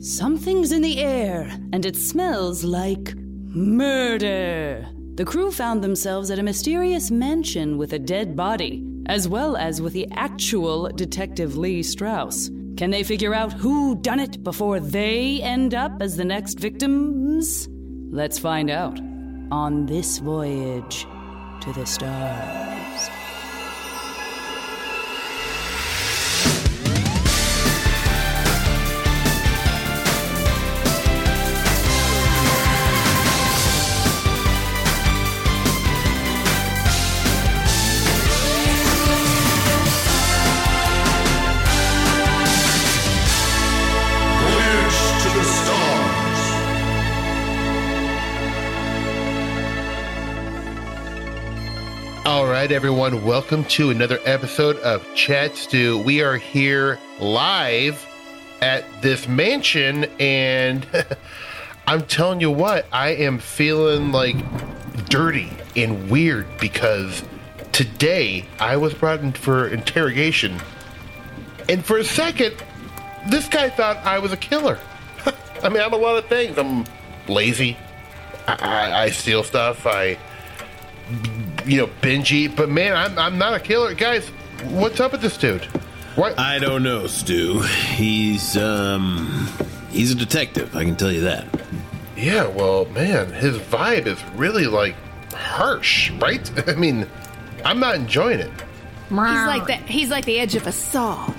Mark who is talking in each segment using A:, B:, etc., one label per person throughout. A: Something's in the air, and it smells like murder. The crew found themselves at a mysterious mansion with a dead body, as well as with the actual Detective Lee Strauss. Can they figure out who done it before they end up as the next victims? Let's find out on this voyage to the stars.
B: Voyage to the stars.
C: All right, everyone, welcome to another episode of Chat Stew. We are here live at this mansion, and I'm telling you what, I am feeling like dirty and weird because today I was brought in for interrogation, and for a second, this guy thought I was a killer. I mean, I'm a lot of things. I'm lazy. I, I, I steal stuff. I you know, binge eat. But man, I'm, I'm not a killer, guys. What's up with this dude? What?
D: I don't know, Stu. He's um he's a detective, I can tell you that.
C: yeah, well, man, his vibe is really like harsh, right? I mean, I'm not enjoying it.
E: He's like the he's like the edge of a saw.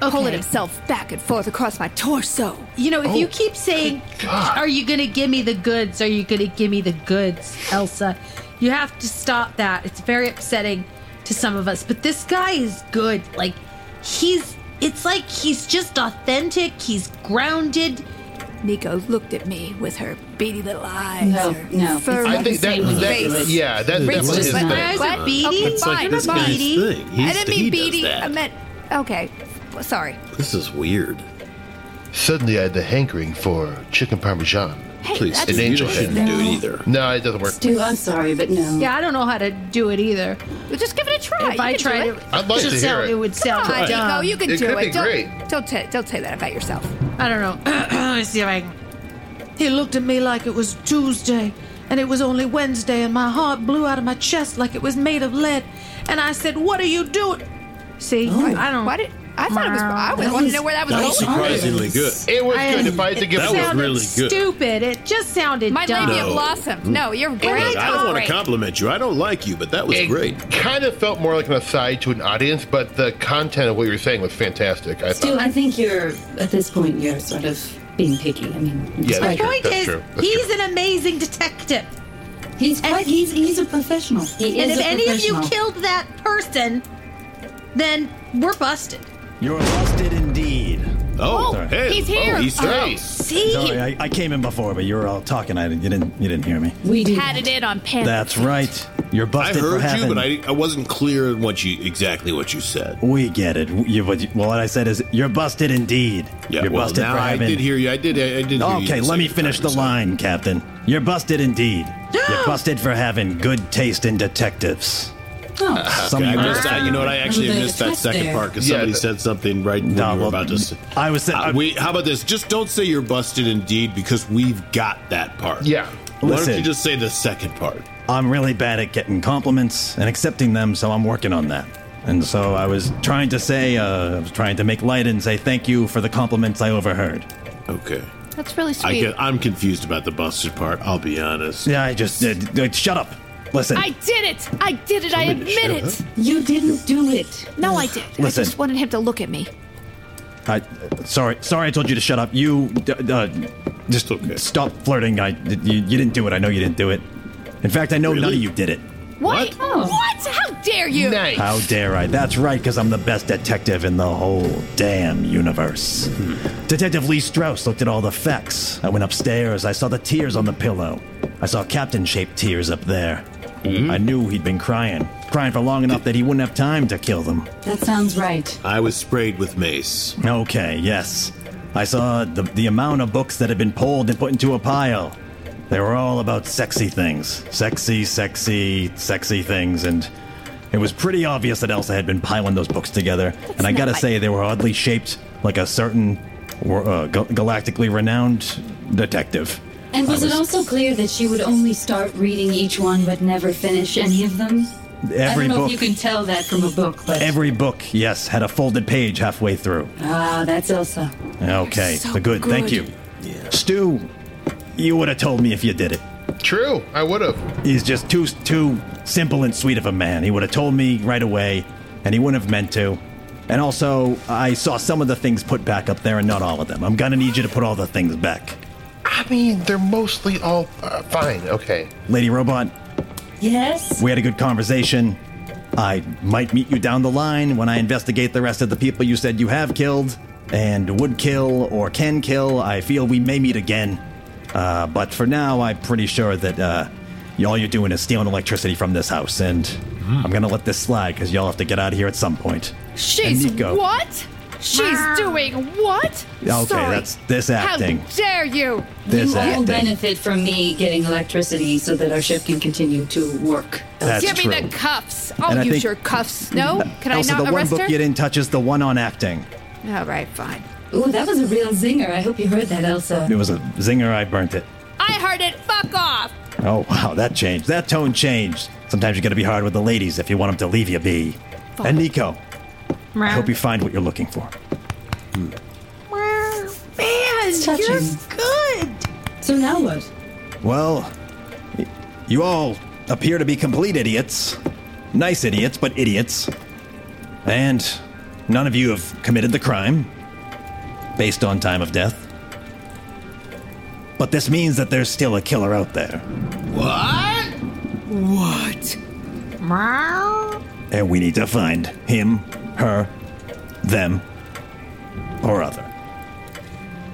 E: Pulling himself back and forth across my torso.
F: You know, if you
C: Oh,
F: keep saying,
C: God.
F: "Are you gonna give me the goods? Are you gonna give me the goods, Elsa?" You have to stop that. It's very upsetting to some of us, but this guy is good. Like, he's. It's like he's just authentic. He's grounded.
E: Nico looked at me with her beady little eyes.
A: No,
E: her
A: no,
E: furry
A: it's
C: I think that,
A: Same with
C: that
A: race.
C: yeah, that's definitely
A: just
C: his
A: like-
C: thing.
F: My eyes
E: What?
F: are beady.
E: Okay,
D: It's like
E: fine,
D: this
E: I'm a
D: guy's
E: beady.
D: thing. He's,
E: I didn't
D: he
E: mean
D: does
E: beady.
D: that.
E: I meant okay. Well, Sorry.
D: this is weird.
C: Suddenly, I had the hankering for chicken parmesan.
E: Hey,
D: Please,
E: that's
D: Stu, you
C: angel
D: shouldn't
C: head.
D: do it either.
C: No, it doesn't work.
A: Stu, I'm sorry, but no.
F: Yeah, I don't know how to do it either.
E: just give it a try.
F: if
E: you
F: I
E: can
F: tried
E: do
F: it,
C: I'd like
F: just
C: to hear
F: sound-
C: it.
F: it would sound
E: Come on,
F: dumb.
E: Nico, you can
C: It
E: do
C: could
E: it.
C: be
E: don't,
C: great.
E: Don't, t- don't say that about yourself.
F: I don't know. Let's see if I can. He looked at me like it was Tuesday, and it was only Wednesday, and my heart blew out of my chest like it was made of lead. And I said, "What are you doing?" See,
E: Oh.
F: I don't.
E: Why did I thought it was? I
F: That
E: wanted
F: was-
E: to know where that was
D: That
E: going.
D: was surprisingly good.
C: It was
F: I-
C: good if I had to give
D: That
C: it.
D: was
F: sounded
D: really good.
F: Stupid. It just sounded
E: My
F: dumb.
E: labia
D: No.
E: blossomed. No, you're great.
D: Look, I don't want to
E: Great.
D: compliment you. I don't like you, but that was
C: It
D: great.
C: kind of felt more like an aside to an audience, but the content of what you were saying was fantastic. I
A: Stu,
C: thought.
A: I think you're, at this point, you're sort of being picky. I mean, it's
C: Yeah,
F: My
A: like,
C: that's true.
F: point
C: That's
F: is,
C: true. That's
F: he's
C: true.
F: an amazing detective.
A: he's, quite, he's, he's a professional. He
F: And
A: is
F: if
A: a
F: any of you
A: professional.
F: killed that person, then we're busted.
G: You're busted indeed.
D: Oh,
E: Oh,
D: hey,
E: he's here.
D: Oh, he's
C: Hey,
D: straight.
F: See?
G: Sorry, I, I came in before, but you were all talking. I didn't, you didn't you didn't hear me.
A: we do.
E: Had it in on pen.
G: That's right. You're
D: I
G: busted for
D: heard you,
G: having.
D: but I, I wasn't clear in what you exactly what you said.
G: We get it. You, what you- well, what I said is you're busted indeed.
D: Yeah,
G: you're
D: well,
G: busted
D: now
G: for
D: I
G: having.
D: did hear you. I did. I, I did. hear you
G: okay,
D: the
G: let me
D: second
G: finish
D: time,
G: the
D: so-
G: line, Captain. You're busted indeed. you're busted for having good taste in detectives. Some
D: Okay,
G: of you
D: I
G: were-
D: missed that. You know what? I actually
A: Well,
D: missed
A: the
D: that second
A: test
D: part because
C: there.
D: somebody
C: Yeah,
D: said something right when
G: No,
D: you were
G: well,
D: about to. Say.
G: I was-
D: Uh, we, how about this? Just don't say you're busted, indeed, because we've got that part.
C: Yeah.
D: Why don't
G: Listen.
D: you just say the second part?
G: I'm really bad at getting compliments and accepting them, so I'm working on that. And so I was trying to say, uh, I was trying to make light and say thank you for the compliments I overheard.
D: Okay.
E: That's really
D: I
E: sweet.
D: get. I'm confused about the busted part. I'll be honest.
G: Yeah, I just uh, d- shut up. Listen,
E: I did it. I did it. I admit it.
A: You didn't do it.
E: No, I did. I
G: Listen.
E: just wanted him to look at me.
G: I, sorry, sorry, I told you to shut up. You d- uh, just
D: okay.
G: stop flirting. I, you, you didn't do it. I know you didn't do it. In fact, I know none of
D: Really?
G: you did it.
E: What?
D: What?
A: Oh.
E: What? How dare you?
C: Nice.
G: How dare I? That's right, because I'm the best detective in the whole damn universe. Detective Lee Strauss looked at all the facts. I went upstairs. I saw the tears on the pillow. I saw captain shaped tears up there. I knew he'd been crying. Crying for long enough that he wouldn't have time to kill them.
A: That sounds right.
D: I was sprayed with mace.
G: Okay, yes. I saw the, the amount of books that had been pulled and put into a pile. They were all about sexy things. Sexy, sexy, sexy things, and it was pretty obvious that Elsa had been piling those books together. and I
E: not
G: gotta
E: right.
G: say, they were oddly shaped, like a certain wor- uh, gal- galactically renowned detective.
A: And was,
G: I
A: it also clear that she would only start reading each one but never finish any of them? I don't
G: Every
A: know
G: book,
A: if you can tell that from a book, but
G: every book, yes, had a folded page halfway through.
A: ah, that's Elsa.
G: Okay,
H: so
G: but good, Thank
H: good.
G: you, Stu. You would have told me if you did it.
C: True, I would have.
G: He's just too too simple and sweet of a man. He would have told me right away, and he wouldn't have meant to. And also, I saw some of the things put back up there, and not all of them. I'm gonna need you to put all the things back,
C: I mean, they're mostly all uh, fine. Okay.
G: Lady Robot.
A: Yes?
G: We had a good conversation. I might meet you down the line when I investigate the rest of the people you said you have killed and would kill or can kill. I feel we may meet again. Uh, but for now, I'm pretty sure that uh, y- all you're doing is stealing electricity from this house, and I'm gonna let this slide because y'all have to get out of here at some point.
H: She's
G: And Nico.
H: what? She's doing what?
G: Okay,
H: Sorry.
G: that's this acting.
H: How dare you?
G: This
A: you all
G: acting.
A: benefit from me getting electricity so that our ship can continue to work.
G: That's
H: Give
G: true.
H: me the cuffs. I'll
G: And I
H: use
G: think-
H: your cuffs. No? Can
G: also,
H: I not
G: the one
H: arrest
G: book
H: her?
G: you didn't touch is the one on acting.
H: All right, fine.
A: Ooh, that was a real zinger. I hope you heard that, Elsa.
G: It was a zinger. I burnt it.
H: I heard it. Fuck off.
G: Oh, wow, that changed. That tone changed. Sometimes you gotta be hard with the ladies if you want them to leave you be. And Nico, I hope you find what you're looking for.
E: Man,
A: touching.
E: you're good.
A: So now what?
G: Well, y- you all appear to be complete idiots. Nice idiots, but idiots. And none of you have committed the crime based on time of death. But this means that there's still a killer out there,
D: What?
G: and we need to find him, her, them, or other.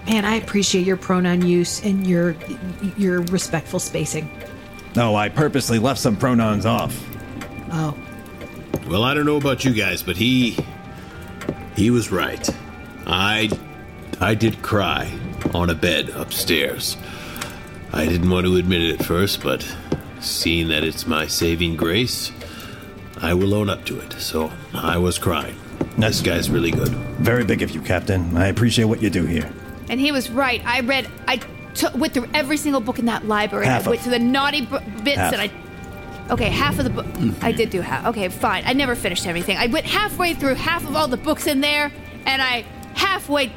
E: Man, I appreciate your pronoun use and your your respectful spacing.
G: No, I purposely left some pronouns off.
E: Oh,
D: Well, I don't know about you guys, but he he was right. I I did cry on a bed upstairs. I didn't want to admit it at first, but seeing that it's my saving grace, I will own up to it. So I was crying.
G: That's-
D: This guy's really good.
G: Very big of you, Captain. I appreciate what you do here.
H: And he was right. I read. I took, went through every single book in that library.
G: Half
H: I
G: of-
H: went to the naughty b- bits
G: half. Mm.
H: and I. Okay, half of the book. I did do half. Okay, fine. I never finished everything. I went halfway through half of all the books in there, and I halfway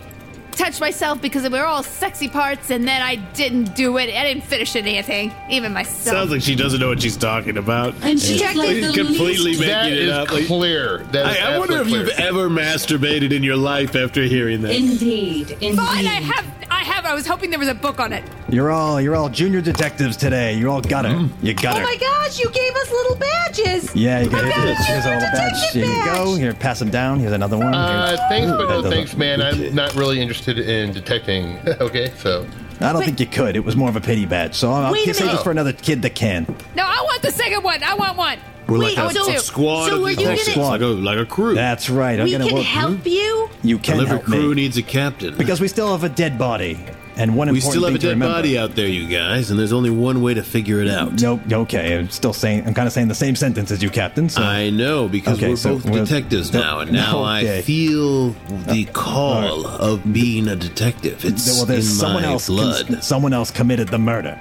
H: touched myself because they were all sexy parts, and then I didn't do it. I didn't finish anything, even myself.
I: Sounds like she doesn't know what she's talking about.
A: And she's like the
I: completely
A: least-
I: making
C: That
I: it
C: is
I: up. like-
C: clear. That is
I: I, I wonder if
C: absolutely
I: you've
C: clear.
I: ever masturbated in your life after hearing that.
A: Indeed, indeed.
H: fine. I have. I have. I was hoping there was a book on it.
G: You're all you're all junior detectives today. You all got her. You got
E: oh
G: her.
E: my gosh! You gave us little badges.
G: Yeah, you got
E: I
G: it.
E: got a
G: Here's a
E: little
G: little badge. Here
E: detective
G: you go.
E: badge.
G: Here, pass them down. Here's another one. Here's-
C: Uh, thanks, but
G: That
C: no
G: doesn't-
C: thanks, man. I'm not really interested in detecting. okay, so
G: I don't think you could. It was more of a pity badge. So I'll, I'll
E: Wait a
G: save this
E: minute.
G: for another kid that can.
H: No, I want the second one. I want one.
D: We're
E: Wait,
A: oh,
D: like a,
E: so-
D: a squad
E: so
D: of
E: were you
D: detectives,
G: gonna-
D: like a like a crew.
G: That's right. I'm
E: we
G: gonna
E: can
G: work.
E: help you.
G: You
D: a
G: can
D: liver
G: help
D: crew
G: me
D: needs a captain.
G: because we still have a dead body and one
D: we
G: important
D: still have a
G: thing to
D: dead
G: remember.
D: body out there, you guys, and there's only one way to figure it out.
G: Nope. Okay. I'm still saying. I'm kind of saying the same sentence as you, Captain. So
D: I know because
G: Okay,
D: we're
G: so
D: both
G: we're-
D: detectives
G: the-
D: now, and now
G: okay. Uh,
D: I feel the call of being a detective. It's
G: well, there's
D: in
G: someone
D: my
G: else.
D: blood.
G: someone else committed the murder.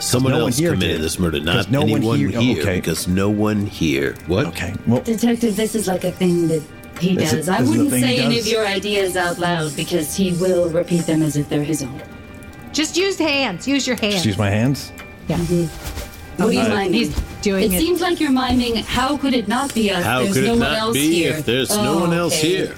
D: someone
G: no one
D: else
G: here
D: committed
G: did.
D: this murder,
G: 'Cause
D: not
G: no one
D: anyone
G: here-
D: here,
G: oh, okay.
D: because no one here. What?
G: Okay. Well,
A: Detective, this is like a thing that he
G: This
A: does.
G: is-
A: I
G: this is the
A: wouldn't
G: thing he
A: say any
G: does?
A: of your ideas out loud because he will repeat them as if they're his own.
E: Just use hands. Use your hands.
G: excuse my hands.
E: Yeah.
A: What are you
E: he's-
A: miming?
E: he's doing
A: it.
E: it.
A: seems like you're miming. How could it not be us?
D: How
A: there's
D: could
A: no one
D: it not
A: else
D: be
A: here.
D: if there's no one
A: Oh,
D: else
A: okay.
D: here?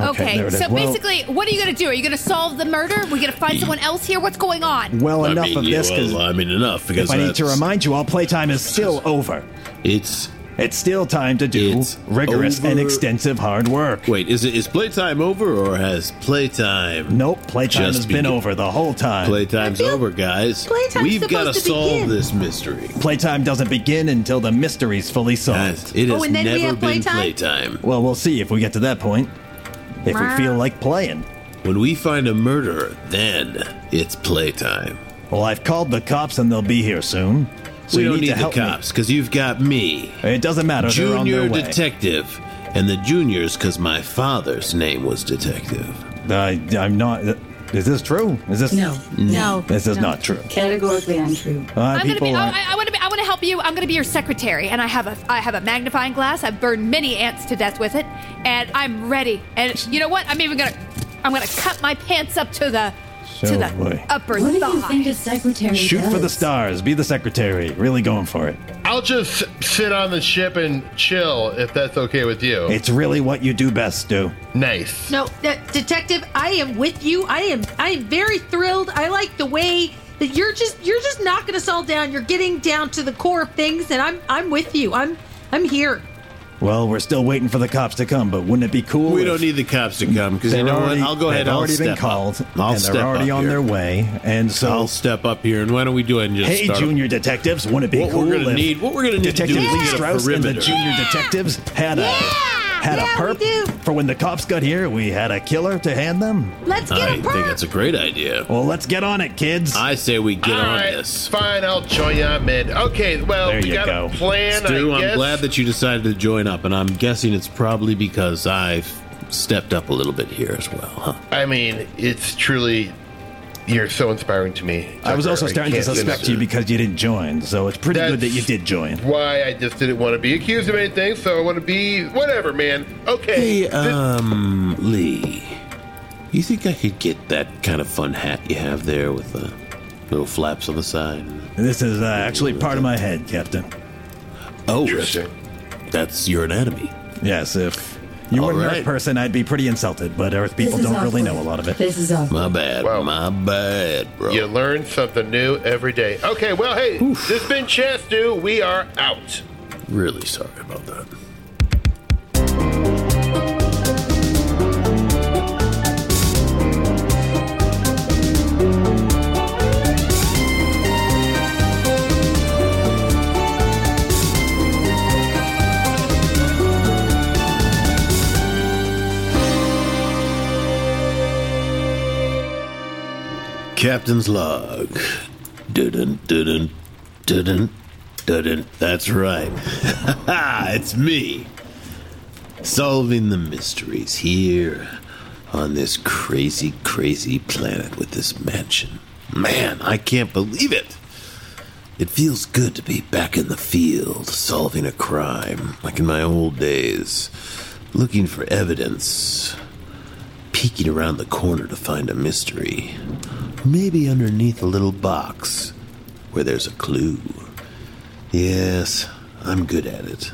H: Okay,
G: there it is.
H: so
G: Well-
H: basically, what are you gonna do? Are you gonna solve the murder? We're gonna find someone else here? What's going on?
G: Well, enough
D: I mean,
G: of this
D: yeah,
G: because
D: well, I mean, enough because
G: if I need to
D: that's-
G: remind you, all playtime is still over.
D: it's
G: It's still time to do
D: It's
G: rigorous and
D: over.
G: extensive hard work.
D: wait. Is it is playtime over or has playtime?
G: Nope, playtime
D: Just
G: has been
D: begin.
G: over the whole time.
D: Playtime's
E: I feel
D: over, guys.
E: playtime's
D: We've got
E: supposed to
D: solve
E: begin.
D: this mystery.
G: playtime doesn't begin until the mystery's fully solved.
D: Guys, it
E: Oh,
D: has
E: and then we
D: never
E: have
D: been
E: playtime?
D: playtime.
G: Well, we'll see if we get to that point. If we feel like playing.
D: When we find a murderer, then it's playtime.
G: Well, I've called the cops and they'll be here soon. So
D: we
G: you
D: don't
G: need
D: need,
G: to
D: the
G: help me.
D: cops because you've got me,
G: It doesn't matter. they're on
D: junior
G: their way.
D: detective, and the juniors because my father's name was detective.
G: I, I'm not. Is this true? Is this
A: No.
E: No.
G: This is
E: no.
G: not true.
A: Categorically untrue.
G: Uh,
H: I'm gonna
G: people
H: be. Oh,
G: aren't-
H: I, I want to be. I want to help you. I'm gonna be your secretary, and I have a. I have a magnifying glass. I've burned many ants to death with it, and I'm ready. And you know what? I'm even gonna. I'm gonna cut my pants up to the.
G: So
H: to the
G: boy.
H: upper
A: What do you think
H: thigh.
A: a secretary
G: Shoot for the
A: does?
G: stars. Be the secretary. Really going for it.
C: I'll just sit on the ship and chill if that's okay with you.
G: It's really what you do best, Stu.
C: nice.
E: No, uh, detective, I am with you. I am I am very thrilled. I like the way that you're just you're just knocking us all down. You're getting down to the core of things and I'm I'm with you. I'm I'm here.
G: Well, we're still waiting for the cops to come, but wouldn't it be cool?
D: We
G: if
D: don't need the cops to come because you
G: they're
D: know
G: already-
D: what? I'll go ahead.
G: They've
D: I'll
G: already
D: step
G: been
D: up.
G: called,
D: I'll
G: and
D: step
G: they're already
D: up
G: on
D: here.
G: their way. And so,
D: I'll step up here, and why don't we do it and just
G: hey,
D: start
G: junior detectives, wouldn't it be
D: What
G: cool
D: we're gonna
G: if
D: need? What we're gonna need
G: Detective
D: to do
G: Lee
D: is get a
G: Strauss and the
D: perimeter.
G: junior detectives had a
E: Yeah!
G: had
E: Yeah,
G: a
E: we do.
G: perp for when the cops got here. We had a killer to hand them.
E: Let's get
D: I
E: a perp.
D: think that's a great idea.
G: Well, let's get on it, kids.
D: I say we get
C: All
D: on
C: right,
D: this.
C: fine. I'll join you. I'm in. Okay, well,
G: There
C: we
G: you
C: got
G: go.
C: a plan.
D: Stu,
C: I
D: I'm
C: guess.
D: glad that you decided to join up, and I'm guessing it's probably because I've stepped up a little bit here as well, huh?
C: I mean, it's truly. You're so inspiring to me.
G: I was also
C: Tucker.
G: starting to
C: can't
G: suspect
C: finish
G: you
C: it.
G: because you didn't join, so it's pretty good that you did join.
C: Why I just didn't want to be accused of anything, so I want to be whatever, man. Okay.
D: Hey,
G: uh,
C: This-
D: um, Lee, you think I could get that kind of fun hat you have there with the little flaps on the side?
G: This is uh, actually part of my head, Captain.
D: Oh,
C: Interesting.
D: that's your anatomy.
G: Yes, if you were
D: All
G: an
D: right.
G: Earth person, I'd be pretty insulted, but Earth people
A: This is
G: don't really
A: awkward.
G: know a lot of it.
A: This is awkward.
D: My bad,
C: Wow.
D: my bad, bro.
C: You learn something new every day. Okay, well, hey, this has been Chance Do. We are out.
D: Really sorry about that. Captain's log. Dun dun dun dun That's right. it's me. Solving the mysteries here on this crazy, crazy planet with this mansion. Man, I can't believe it. It feels good to be back in the field solving a crime, like in my old days, looking for evidence, peeking around the corner to find a mystery. Maybe underneath a little box where there's a clue. Yes, I'm good at it.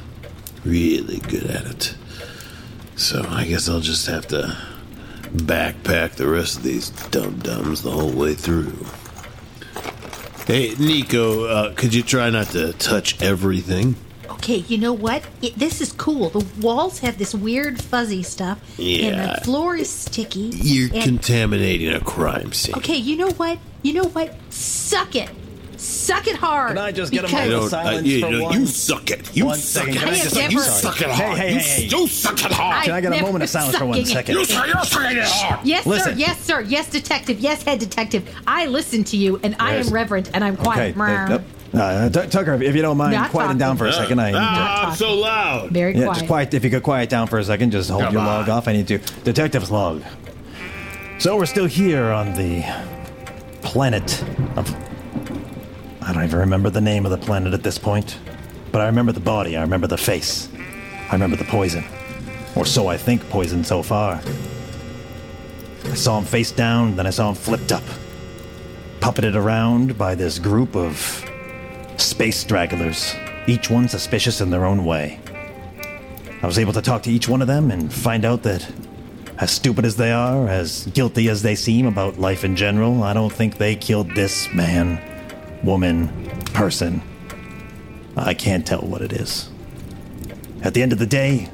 D: Really good at it. So I guess I'll just have to backpack the rest of these dum dums the whole way through. Hey, Nico, uh, could you try not to touch everything?
E: Okay, you know what? It, this is cool. The walls have this weird fuzzy stuff, and
D: Yeah.
E: the floor is sticky.
D: You're
E: and-
D: contaminating a crime scene.
E: okay, you know what? You know what? Suck it, suck it hard.
G: Can I just get a
E: because-
D: I
G: moment
D: don't.
G: of
D: I,
G: silence
D: you,
G: for
D: know,
G: one?
D: you suck it. You
G: One
D: suck
G: second,
D: it.
G: can I
E: just-
D: you
E: never-
D: suck it
G: Hey,
D: hard.
G: hey,
D: you,
G: hey, hey.
D: you suck it hard.
G: Can I get a
E: never
G: moment of silence for one
E: sucking it.
G: second?
D: you suck, you're sucking it hard.
E: Yes, sir.
G: Listen.
E: Yes, sir. Yes, detective. Yes, head detective. I listen to you, and I
G: Yes.
E: am reverent, and I'm
G: Okay.
E: quiet. Brr.
G: Yep. Uh, T- Tucker, if you don't mind
E: Not
G: quieting down for a second, I need to.
I: Ah, I'm so loud.
E: Very
G: Yeah,
E: quiet.
G: just quiet. If you could quiet down for a second, just hold
I: Come
G: your
I: on.
G: log off. I need to. Detective's log. So we're still here on the planet of. I don't even remember the name of the planet at this point, but I remember the body. I remember the face. I remember the poison. Or so I think poison so far. I saw him face down, then I saw him flipped up. Puppeted around by this group of space stragglers, each one suspicious in their own way. I was able to talk to each one of them and find out that, as stupid as they are, as guilty as they seem about life in general, I don't think they killed this man, woman, person. I can't tell what it is. At the end of the day,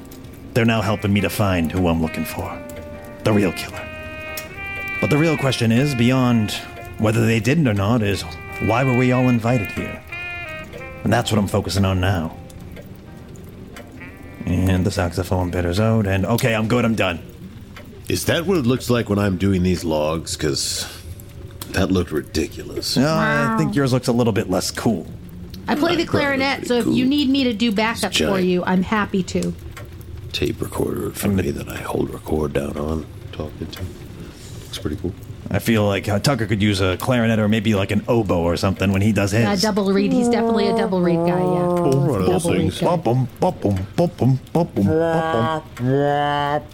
G: they're now helping me to find who I'm looking for the real killer. But the real question is beyond whether they did it or not, is why were we all invited here? And that's what I'm focusing on now. And the saxophone bitters out, and okay, I'm good, I'm done.
D: Is that what it looks like when I'm doing these logs? Because that looked ridiculous.
G: No, I think yours looks a little bit less cool.
E: I play the
D: Right, probably
E: clarinet,
D: pretty
E: so if you
D: cool.
E: need me to do backup
D: It's
E: for
D: giant.
E: you, I'm happy to.
D: Tape recorder for me that I hold record down on, talking to. Looks pretty cool.
G: I feel like uh, Tucker could use a clarinet or maybe like an oboe or something when he does his.
E: A double read. He's definitely a double read guy. Yeah.
I: one of those
E: Double read
I: things.
E: guy.
G: Bum, bum, bum, bum, bum, bum, bum, bum.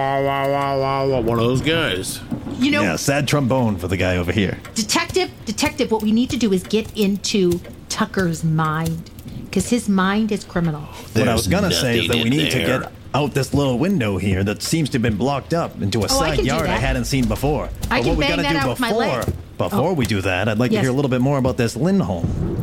I: One of those guys.
E: You know,
G: Yeah, sad trombone for the guy over here.
E: detective, detective. What we need to do is get into Tucker's mind because his mind is criminal.
G: what I was
D: There's
G: gonna say is that
D: nothing
G: we
D: in
G: need
D: there.
G: to get out this little window here that seems to have been blocked up into a
E: Oh, can
G: side
E: do
G: yard I
E: that.
G: hadn't seen before.
E: I
G: but
E: can
G: what we
E: bang
G: gotta
E: that
G: do
E: out
G: before
E: with my leg. Oh.
G: before we do that, I'd like
E: Yes.
G: to hear a little bit more about this Lindholm.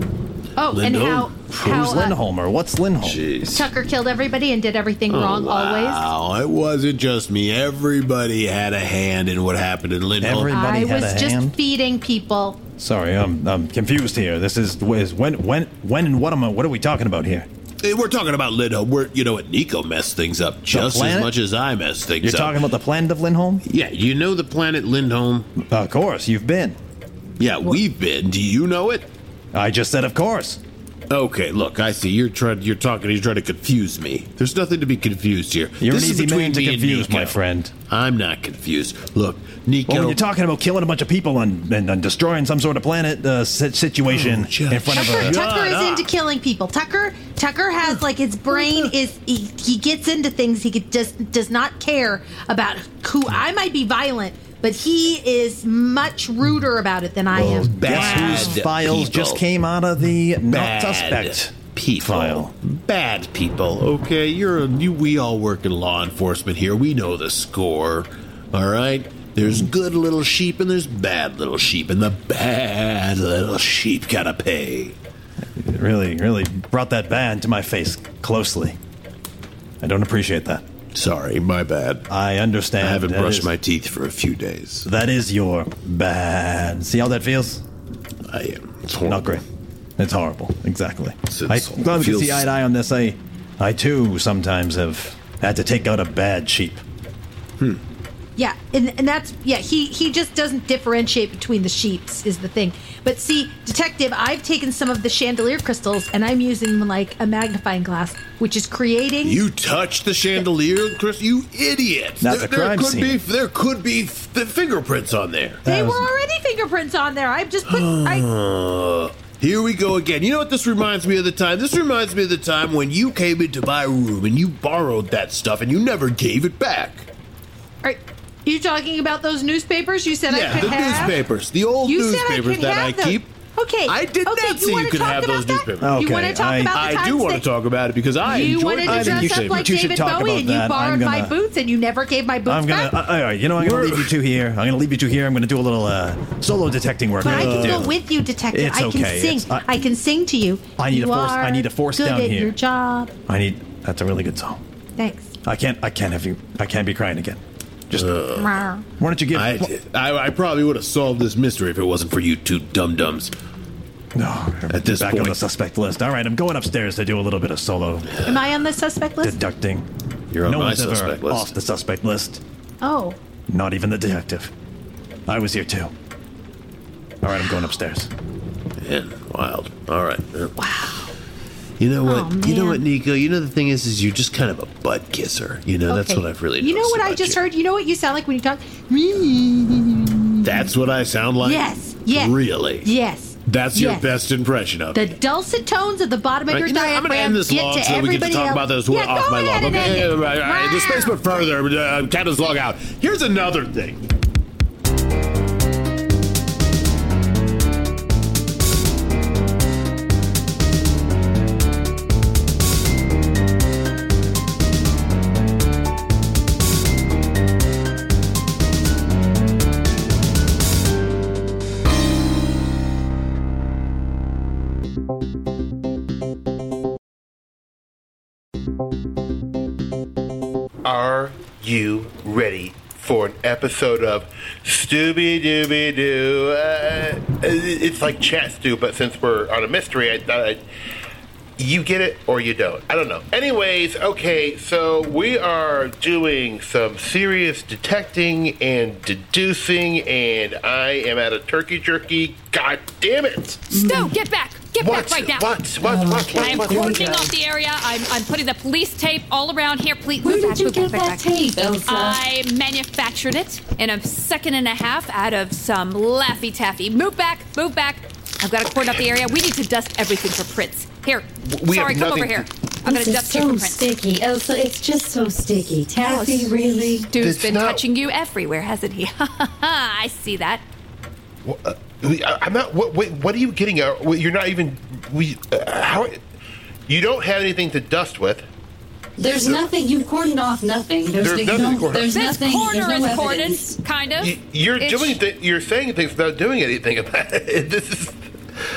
E: Oh, and how
D: Lindholm?
E: how
G: Who's
E: uh,
G: Lindholm Oh, or what's Lindholm?
D: Jeez.
E: Tucker killed everybody and did everything wrong always.
D: Wow, it wasn't just me. Everybody had a hand in what happened in Lindholm.
G: Every-
E: I
G: Everybody had
E: was
G: a
E: just
G: hand?
E: feeding people.
G: Sorry, I'm, I'm confused here. This is, is when when when and what am I, what are we talking about here?
D: Hey, We're talking about Lindholm. We're, you know what? Nico messed things up just as
G: planet?
D: much as I messed things
G: You're
D: up.
G: talking about the planet of Lindholm?
D: yeah, you know the planet Lindholm?
G: Of course, you've been.
D: Yeah, we've been. Do you know it?
G: I just said of course.
D: Okay, look, I see. You're trying. You're talking. You're trying to confuse me. There's nothing to be confused here.
G: You're
D: This
G: an
D: is
G: easy
D: between
G: man to
D: me and
G: confuse, my
D: Nico.
G: friend.
D: I'm not confused. Look, Nico.
G: Well, when you're talking about killing a bunch of people and, and, and destroying some sort of planet uh, si- situation
D: Oh, just
G: in front of
E: Tucker,
G: a
E: Tucker is
D: up.
E: into killing people. Tucker Tucker has like his brain is he, he gets into things he could just does not care about who I might be violent, but he is much ruder about it than I am.
D: bad
G: whose files
D: people.
G: just came out of the not
D: Bad
G: suspect
D: people.
G: file.
D: Bad people. Okay, you're a, you, we all work in law enforcement here. We know the score. All right. There's good little sheep and there's bad little sheep, and the bad little sheep gotta pay.
G: It really, really brought that ban to my face closely. I don't appreciate that.
D: Sorry, my bad.
G: I understand.
D: I haven't
G: That
D: brushed
G: is-
D: my teeth for a few days.
G: That is your bad. See how that feels?
D: I am. It's horrible.
G: Not great. It's horrible. Exactly.
D: It's-
G: I
D: it's-
G: glad we can
D: feels-
G: see eye to eye on this. I, I too sometimes have had to take out a bad sheep.
E: Yeah, and, and that's yeah, he he just doesn't differentiate between the sheeps is the thing. But see, detective, I've taken some of the chandelier crystals and I'm using them like a magnifying glass, which is creating
D: You touched the chandelier, Chris. You idiot.
G: Not the crime
D: could
G: scene.
D: be there could be the fingerprints on there.
E: They
G: was-
E: were already fingerprints on there. I've just put I
D: Uh, here we go again. You know what this reminds me of the time? This reminds me of the time when you came into my room and you borrowed that stuff and you never gave it back.
E: Are you talking about those newspapers you said I
D: yeah, the
E: could have?
D: newspapers, the old
E: You said I
D: newspapers
E: could
D: that
E: have
D: I
E: those.
D: keep.
E: Okay.
D: I did
E: okay,
D: not
E: you
D: say you
E: wanna
D: could
E: talk
D: have
E: about
D: those
E: that?
D: newspapers.
E: You
G: Okay,
E: want to talk
G: I-
E: about the
D: I
E: times
D: do want to
E: that-
D: talk about it because I
E: You
D: enjoyed
E: wanted
D: my
E: to
G: you
E: dress up
G: should-
E: like
G: you should
E: David
G: talk
E: Bowie
G: about
E: and you
G: that.
E: borrowed
G: I'm
E: my
G: gonna-
E: boots and you never gave my boots
G: I'm gonna.
E: back.
G: Uh, all right, you know I'm gonna leave you two here. I'm gonna leave you two here. I'm gonna do a little uh, solo detecting work.
E: but I
G: have
E: can
G: to
E: go
G: do.
E: with you, detective.
G: uh, It's
E: I
G: okay.
E: can
G: It's-
E: sing.
G: I-
E: I, can sing to you.
G: I need
E: you
G: a force- I
E: are
G: need a force
E: good
G: down
E: at
G: here.
E: Your job.
G: I need. That's a really good song.
E: Thanks.
G: I can't. I can't have you. I can't be crying again. Just
E: Rawr.
G: why don't you give?
D: Uh, I, did. I, I probably would have solved this mystery if it wasn't for you two dum dums.
G: no.
D: At this
G: back on the
D: point-
G: suspect list. All right, I'm going upstairs to do a little bit of solo
E: Am I on the suspect list?
G: deducting.
D: You're on
G: no
D: my
G: one's ever
D: suspect list.
G: off the suspect list.
E: Oh.
G: Not even the detective. I was here too. All right, I'm going upstairs.
D: Man, wild. All right. Wow. You know what?
E: Oh,
D: you know
E: man.
D: what, Nico? You know the thing is, is you're just kind of a butt kisser. You know that's
E: okay.
D: what I've really.
E: You know
D: noticed
E: what I
D: about
E: just
D: you.
E: heard? You know what you sound like when you talk?
D: That's what I sound like.
E: Yes. Yes.
D: Really.
E: Yes.
I: That's your
E: Yes.
I: best impression of
E: The
I: it.
E: dulcet tones of the bottom of
D: All right,
E: your
D: you know,
E: diaphragm
D: I'm going to end this
E: get
D: log
E: to
D: so that we
E: everybody
D: get to talk
E: else.
D: about those yeah,
E: yeah,
D: off
E: go
D: my
E: ahead
D: log.
E: and end
D: Okay,
E: it.
D: all right, all right. Let's
E: Wow.
D: space but further. Uh, cat is log out. Here's another thing.
C: Are you ready for an episode of uh, Stooby Dooby Doo? Uh, it's like Chat Stew, but since we're on a mystery, I thought I'd you get it or you don't. I don't know. Anyways, okay, so we are doing some serious detecting and deducing, and I am at a turkey jerky. God damn it!
H: Stu, get back! Get
C: What?
H: back right now!
C: What? What? What? What?
H: I'm
C: what?
H: cordoning off the area. I'm, I'm putting the police tape all around here. Please,
A: Where
H: move
A: did
H: back,
A: you get
H: move back, back,
A: that
H: back.
A: tape, Elsa?
H: I manufactured it in a second and a half out of some Laffy Taffy. Move back, move back. I've got to cordon up the area. We need to dust everything for prints. Here,
C: we
H: sorry,
C: have
H: come
C: nothing
H: over here.
C: to-
H: I'm going
A: this
H: to
A: is
H: dust you for
A: so
H: prints.
A: sticky, Elsa. It's just so sticky. Taffy, really?
H: Stu's
C: That's
H: been
C: not-
H: touching you everywhere, hasn't he? I see that.
C: Wha- uh, I- I'm not. What? Wait, what are you getting at? Wait, You're not even. We. Uh, how? You don't have anything to dust with.
A: There's nothing. You've cordoned off nothing. There's,
C: There's
A: no-
C: nothing cordoned.
A: There's
H: This
A: nothing.
H: corner
A: there's no
H: is cordoned,
A: evidence.
H: kind of.
C: You, you're
H: It's-
C: doing. Th- you're saying things without doing anything about it. This is.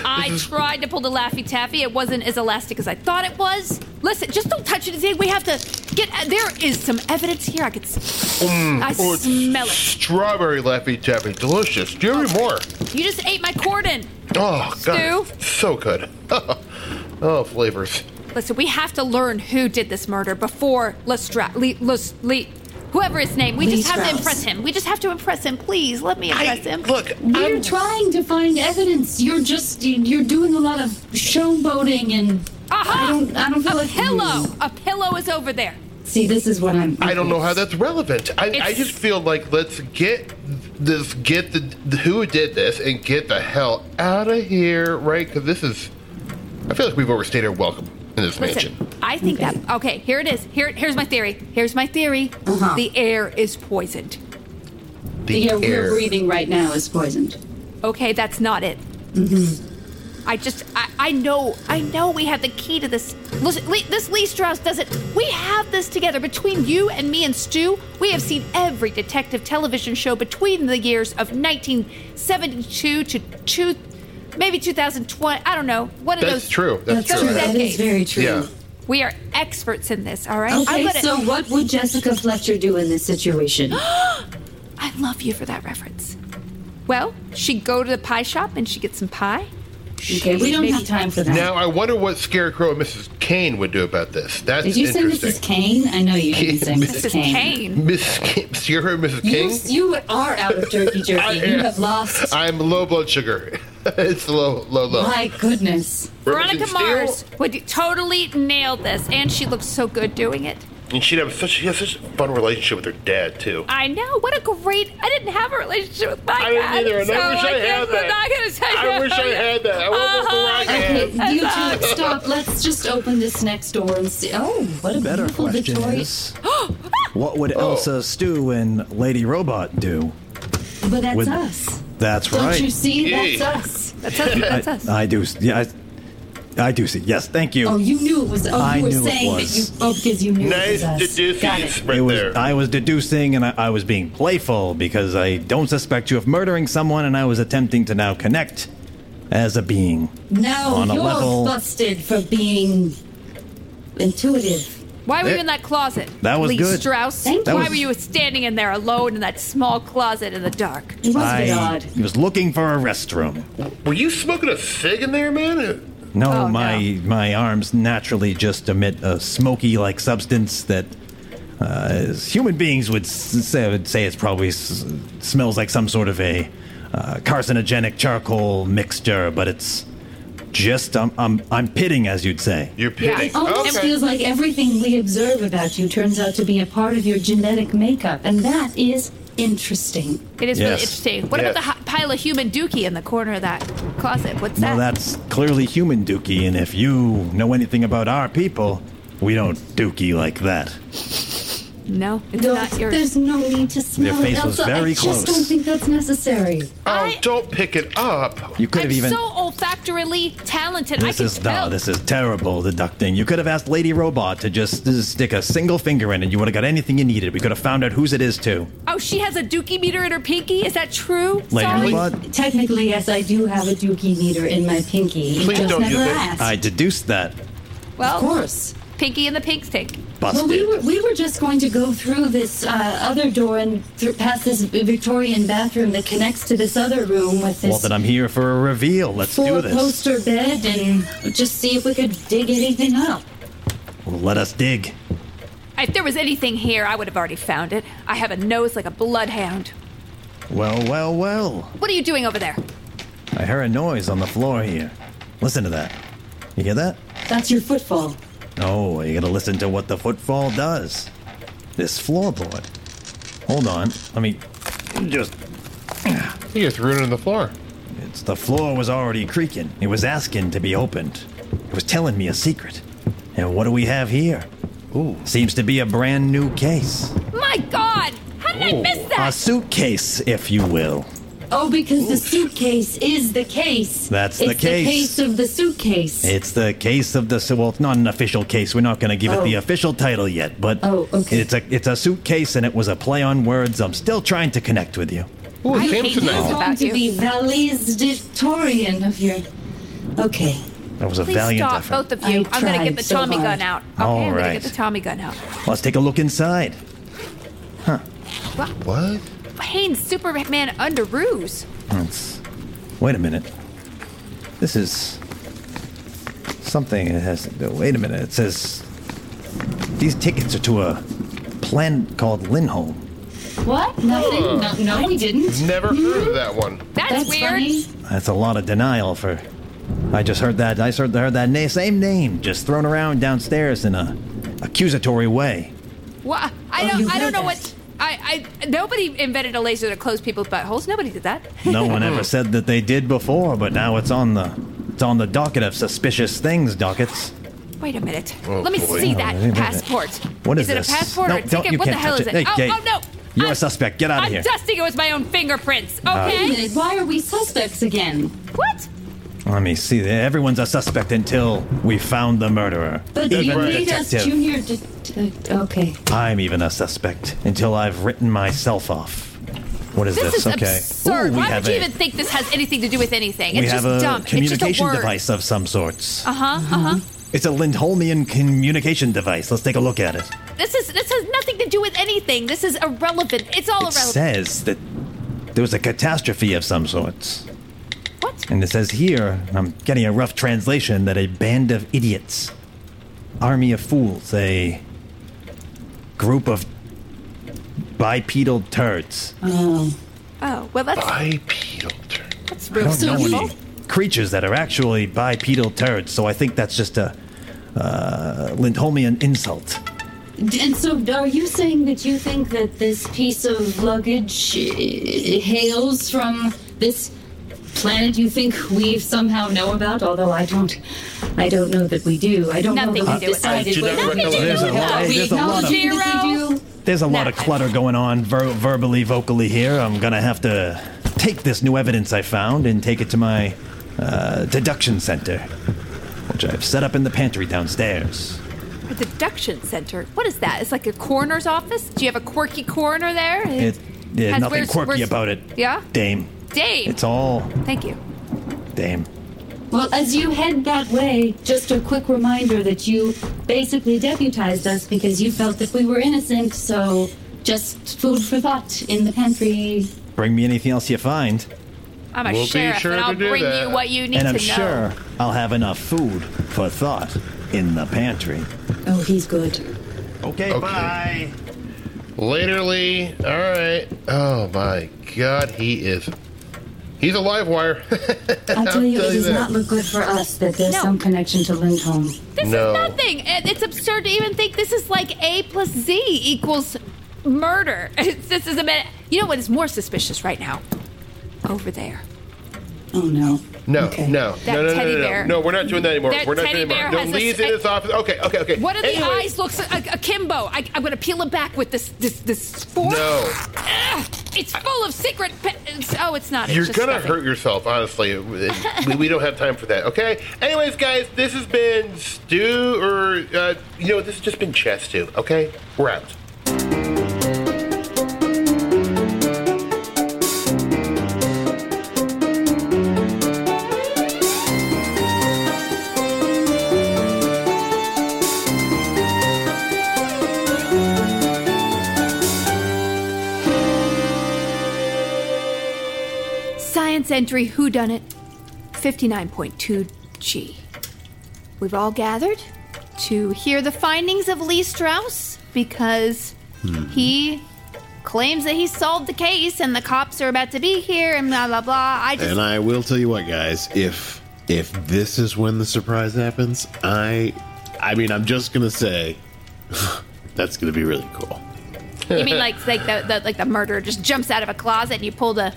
H: I tried to pull the Laffy Taffy. It wasn't as elastic as I thought it was. Listen, just don't touch anything. We have to get. uh, there is some evidence here. I could. s I I
C: oh, it's
H: smell it.
C: Strawberry laffy taffy, delicious. Give me more.
H: You just ate my cordon.
C: Oh god,
H: Stu?
C: so good. oh, flavors.
H: Listen, we have to learn who did this murder before Lestra. Le, Les, Le, whoever his name. We just
A: Lee
H: have
A: Strauss.
H: to impress him. We just have to impress him. Please let me impress him.
C: Look,
A: We're
C: I'm
A: trying to find evidence. You're just you're doing a lot of showboating and
H: Aha!
A: I don't I don't feel
H: a
A: like
H: pillow. A pillow is over there.
A: See, this is what I'm.
C: I don't know how that's relevant. I, I
H: It's-
C: just feel like let's get this, get the, the who did this, and get the hell out of here, right? Because this is, I feel like we've overstayed our welcome in this
H: Listen,
C: mansion.
H: I think
A: Okay.
H: that okay. Here it is. Here, here's my theory. Here's my theory.
A: Uh-huh.
H: The air is poisoned.
A: The air we're breathing right now is poisoned.
H: Okay, that's not it. I just, I, I know, I know we have the key to this. Listen, Lee, this Lee Strauss doesn't. We have this together between you and me and Stu. We have seen every detective television show between the years of 1972 to two, maybe 2020. I don't know. One of
C: That's
H: those.
C: true. That's,
H: That's
C: true.
H: true.
A: That is very true.
C: Yeah.
H: We are experts in this. All right.
A: Okay,
H: I'm gonna-
A: so what would Jessica Fletcher do in this situation?
H: I love you for that reference. Well, she'd go to the pie shop and she'd get some pie.
A: Okay, we don't have time for that.
C: Now I wonder what Scarecrow and Mrs. Kane would do about this. That's
A: Did you say
C: interesting.
A: Mrs. Kane? I know you didn't say
H: This
A: Mrs.
H: is
A: Kane.
H: Kane.
C: Mrs. Kane, Scarecrow and
A: You,
C: Mrs. Kane.
A: you are out of turkey jerky.
C: I
A: you
C: am.
A: have lost.
C: I'm low blood sugar. it's low, low, low.
A: My goodness.
H: Veronica
C: Remington Steele?
H: Mars would totally nailed this, and she looks so good doing it.
C: And she'd have such she has such a fun relationship with her dad too.
H: I know. What a great! I didn't have a relationship with my
C: I didn't
H: dad,
C: either, and I
H: so
C: wish I
H: guess
C: had
H: I'm
C: that.
H: not gonna say
C: I
H: no.
C: wish I had that. I want
H: Uh-huh.
C: Veronica to
A: Okay,
C: have.
A: you two, stop. Let's just open this next door and see. Oh, what a
G: Better
A: beautiful
G: question
A: Victorian.
G: is, what would Elsa, Stew, and Lady Robot do?
A: But that's
G: With-
A: us.
G: That's
A: Don't
G: right.
A: you see?
C: Yay.
A: That's us.
H: That's us. That's us.
G: I do. s- Yeah, I, I do see. Yes, thank you.
A: Oh, you knew it was. Oh,
G: I
A: you were
G: knew it
A: saying that you.
G: was.
A: Oh, because you knew
C: Nice
A: it was us.
C: deducing
A: Got
C: right
A: it.
G: it was,
C: there.
G: I was deducing and I, I was being playful because I don't suspect you of murdering someone and I was attempting to now connect as a being.
A: Now
G: On a
A: you're
G: level-
A: busted for being intuitive.
H: Why were you
G: Eh,
H: in that closet?
G: that was
H: Lee
G: good.
H: Strauss.
A: Thank
G: That
H: Why
G: was-
H: were you standing in there alone in that small closet in the dark?
A: It was a bit
G: I
A: odd.
G: was looking for a restroom.
C: Were you smoking a cig in there, man?
G: No,
H: Oh,
G: my
H: no.
G: my arms naturally just emit a smoky like substance that, uh, as human beings would s- say, would say it's probably s- smells like some sort of a uh, carcinogenic charcoal mixture, but it's just I'm I'm I'm pitting as you'd say.
C: You're pitting.
A: Oh, It almost
C: okay.
A: feels like everything we observe about you turns out to be a part of your genetic makeup, and that is interesting.
H: It is really
G: Yes.
H: interesting. What about
C: Yes.
H: the hot pile of human dookie in the corner of that closet? What's
G: Now
H: that?
G: that's clearly human dookie, and if you know anything about our people, we don't dookie like that.
H: no, it's
A: No,
H: not yours.
A: there's no need to smell
G: Their face
A: it,
G: was
A: Elsa.
G: very
A: I just
G: close.
A: don't think that's necessary.
C: oh,
H: I-
C: don't pick it up.
G: You could
H: I'm
G: have even.
H: so olfactorily talented. I
G: This
H: can
G: is
H: smell.
G: no, this is terrible deducting. You could have asked Lady Robot to just, just stick a single finger in, and you would have got anything you needed. We could have found out whose it is too.
H: Oh, she has a dookie meter in her pinky? Is that true?
G: Lady
H: Sorry.
G: Robot,
A: Technically, yes, I do have a dookie meter in my pinky. It
C: Please
A: just
C: don't do
A: never
C: that.
A: asked.
G: I deduced that.
H: Well,
A: of course.
H: pinky in the pig's tank.
A: Well,
G: busted.
A: we were we were just going to go through this uh, other door and through past this Victorian bathroom that connects to this other room with
G: well,
A: this
G: then I'm here for a reveal. Let's do this.
A: four-poster bed and just see if we could dig anything up.
G: Well, let us dig.
H: If there was anything here, I would have already found it. I have a nose like a bloodhound.
G: Well, well, well.
H: What are you doing over there?
G: I heard a noise on the floor here. Listen to that. You hear that?
A: That's your footfall.
G: Oh, you gotta listen to what the footfall does. This floorboard. Hold on. Let me just
C: You're just ruining the floor.
G: It's the floor was already creaking. It was asking to be opened. It was telling me a secret. And what do we have here? Ooh. Seems to be a brand new case.
H: My God! How did I miss
G: A
H: that?
G: suitcase, if you will.
A: Oh, because the suitcase is the case.
G: That's the
A: it's
G: case.
A: The case of the suitcase.
G: It's the case of the su- well, it's not an official case. We're not going to give it the
A: Oh.
G: official title yet, but
A: Oh, okay.
G: it's a it's a suitcase and it was a play on words. I'm still trying to connect with you.
C: Ooh,
H: I
C: it came
H: hate this
C: tonight.
H: about
A: going to
H: you.
A: be valedictorian of your. Okay.
G: That was a
H: Please
G: valiant
H: stop,
G: effort.
H: both of you.
A: I
H: I'm gonna get
A: tried
H: the
A: so
H: Tommy
A: hard.
H: gun out. Okay,
G: All
H: I'm gonna
G: right.
H: get the Tommy gun out.
G: Let's take a look inside.
C: What?
H: Haynes, Superman under ruse.
G: Let's, wait a minute. This is something. It has. Wait a minute. It says these tickets are to a planet called Lindholm.
A: What? Nothing? No, no we didn't.
C: Never heard of that one.
H: That's,
A: That's
H: weird.
A: funny.
G: That's a lot of denial for. I just heard that. I heard, heard that na- same name just thrown around downstairs in a accusatory way.
H: Wha- I
A: Oh,
H: don't.
A: you
H: I don't
A: heard
H: know
A: that.
H: what. I, I. Nobody invented a laser to close people's buttholes. Nobody did that.
G: No one ever said that they did before, but now it's on the it's on the docket of suspicious things dockets.
H: Wait a minute.
C: Oh,
H: Let me
C: boy.
H: see
G: Oh,
H: that
G: wait a minute.
H: passport.
G: What is
H: it
G: this?
H: a passport
G: No,
H: or a
G: don't-
H: ticket?
G: you
H: What the
G: can't
H: hell
G: touch
H: is
G: it.
H: it?
G: Hey,
H: oh,
G: Kate,
H: oh, no.
G: you're a
H: I'm-
G: suspect. Get outta
H: I'm
G: here. Uh,
H: dusting it with my own fingerprints.
A: Wait a
H: Okay.
A: minute, Why are we suspects again?
H: what?
G: Let me see. Everyone's a suspect until we found the murderer.
A: But
G: Even
A: you
G: the
A: made us
G: detective.
A: junior. Det- det- okay.
G: I'm even a suspect until I've written myself off. What is this?
H: This is
G: okay.
H: absurd.
G: Ooh, we
H: Why
G: have
H: would you
G: a,
H: even think this has anything to do with anything?
G: we
H: it's
G: have
H: just
G: a
H: dumb. It's
G: communication
H: just a word.
G: device Mm-hmm. of some sorts.
H: Uh huh. Uh huh.
G: It's a Lindholmian communication device. Let's take a look at it.
H: This is. This has nothing to do with anything. This is irrelevant. It's all
G: It
H: irrelevant.
G: says that there was a catastrophe of some sorts.
H: What?
G: And it says here, I'm getting a rough translation, that a band of idiots, army of fools, a group of bipedal turds,
H: Oh well, that's
C: Bipedal turn.
H: that's real
G: know
H: simple.
G: any creatures that are actually bipedal turds, so I think that's just a uh, Lindholmian insult.
A: D- And so, are you saying that you think that this piece of luggage eh, hails from this planet you think we somehow know about? Although I don't, I don't know that we do. I don't
H: Nothing
A: know that
H: to do
A: we've
H: with that.
A: decided
C: Do not
A: whether we
C: recollect.
A: do
C: There's
G: a
A: know
G: lot-
A: that. We
G: there's a lot
A: acknowledge
G: of-
A: that we do.
G: There's a lot of
H: Nah.
G: clutter going on ver- verbally, vocally here. I'm gonna have to take this new evidence I found and take it to my uh, deduction center, which I've set up in the pantry downstairs.
H: A deduction center. What is that? It's like a coroner's office. Do you have a quirky coroner there?
G: It, yeah,
H: Has-
G: nothing
H: where's-
G: quirky
H: where's-
G: about it.
H: Yeah?
G: Dame.
H: Dame.
G: It's all
H: Thank you.
G: Dame.
A: Well, as you head that way, just a quick reminder that you basically deputized us because you felt that we were innocent. So, just food for thought in the pantry.
G: Bring me anything else you find,
H: I'm a
C: We'll be
H: sheriff,
C: sure
H: and
C: to
H: I'll
C: do
H: bring
C: that.
H: you what you need
G: and I'm
H: to know.
G: sure I'll have enough food for thought in the pantry.
A: Oh, he's good.
G: Okay, bye.
C: Laterly. All right. Oh my God, he is. He's a live wire.
A: I tell you,
C: I'll tell
A: it
C: you
A: does
C: that.
A: not look good for us that there's
H: No.
A: some connection to Lindholm.
H: This
C: No.
H: is nothing. And It's absurd to even think this is like A plus Z equals murder. It's- this is a minute. You know what is more suspicious right now? Over there.
A: Oh no.
C: No,
A: Okay.
C: no,
H: That
C: no, no, no,
H: teddy
C: no, no,
H: bear-
C: no. We're not doing that anymore.
H: That
C: we're not
H: teddy
C: doing that
H: bear
C: anymore.
H: has
C: No,
H: a
C: leaves
H: s-
C: in his office. Okay, okay, okay.
H: One of
C: Anyway,
H: the eyes looks a- a- akimbo. I, I'm gonna peel it back with this this this fork.
C: No.
H: Ugh, it's full of secret. Pe- oh, it's not. It's
C: You're
H: just
C: gonna
H: stuffing.
C: hurt yourself, honestly. we, we don't have time for that, okay? Anyways, guys, this has been Stu, or, uh, you know, this has just been Chat Stew, okay? We're out.
H: Science entry Who Done It 59.2G. We've all gathered to hear the findings of Lee Strauss because
D: Hmm.
H: he claims that he solved the case and the cops are about to be here and blah blah blah. I just
D: And I will tell you what, guys, if if this is when the surprise happens, I I mean I'm just gonna say that's gonna be really cool.
H: You mean like like the, the like the murderer just jumps out of a closet and you pull the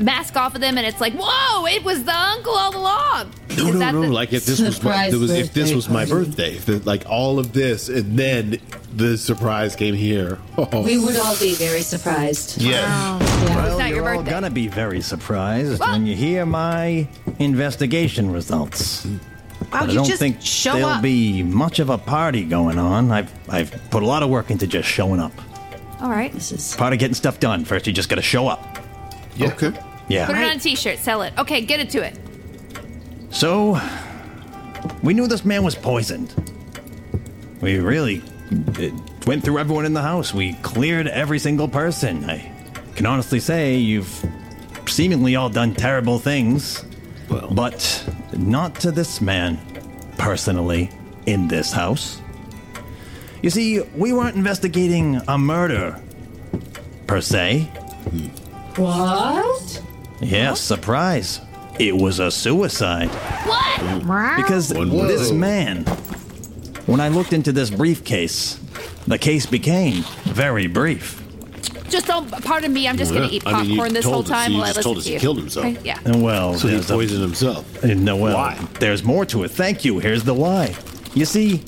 H: mask off of them and it's like whoa it was the uncle all along.
D: No,
H: Is
D: no,
H: that
D: no!
H: the-
D: Like if this was my
A: Surprise
D: there was, if this
A: birthday
D: was my
A: party.
D: birthday, if the, like all of this, and then the surprise came here. Oh,
A: We would all be very surprised.
C: Yes.
H: it's
G: Well,
H: not your
G: you're all
H: birthday.
G: gonna be very surprised when you hear my investigation results.
E: Wow,
G: But I
E: Oh, you
G: don't
E: just
G: think
E: show
G: there'll
E: up.
G: be much of a party going on. I've I've put a lot of work into just showing up.
H: All right,
A: This is
G: Part of getting stuff done. First, you just gotta show up.
C: Yeah.
D: okay.
G: Yeah.
H: put it on a T-shirt, sell it. Okay, get it to it.
G: So, we knew this man was poisoned. We really it went through everyone in the house. We cleared every single person. I can honestly say you've seemingly all done terrible things,
D: Well.
G: but not to this man personally in this house. You see, we weren't investigating a murder per se.
A: what?
G: Yes, surprise. It was a suicide.
H: What?
G: Because
D: Whoa.
G: this man, when I looked into this briefcase, the case became very brief.
H: Just don't. Pardon me. I'm just gonna
D: Yeah.
H: eat
D: I
H: popcorn
D: mean, you
H: this
D: told
H: whole
D: us-
H: time
D: you
H: while I
D: just
H: listen
D: told us
H: to
D: he
H: you.
D: killed himself.
H: Okay, Yeah.
G: And well,
D: So he
G: there's a-
D: poisoned himself.
G: and no, well,
D: Why?
G: there's more to it. Thank you. Here's the why. You see,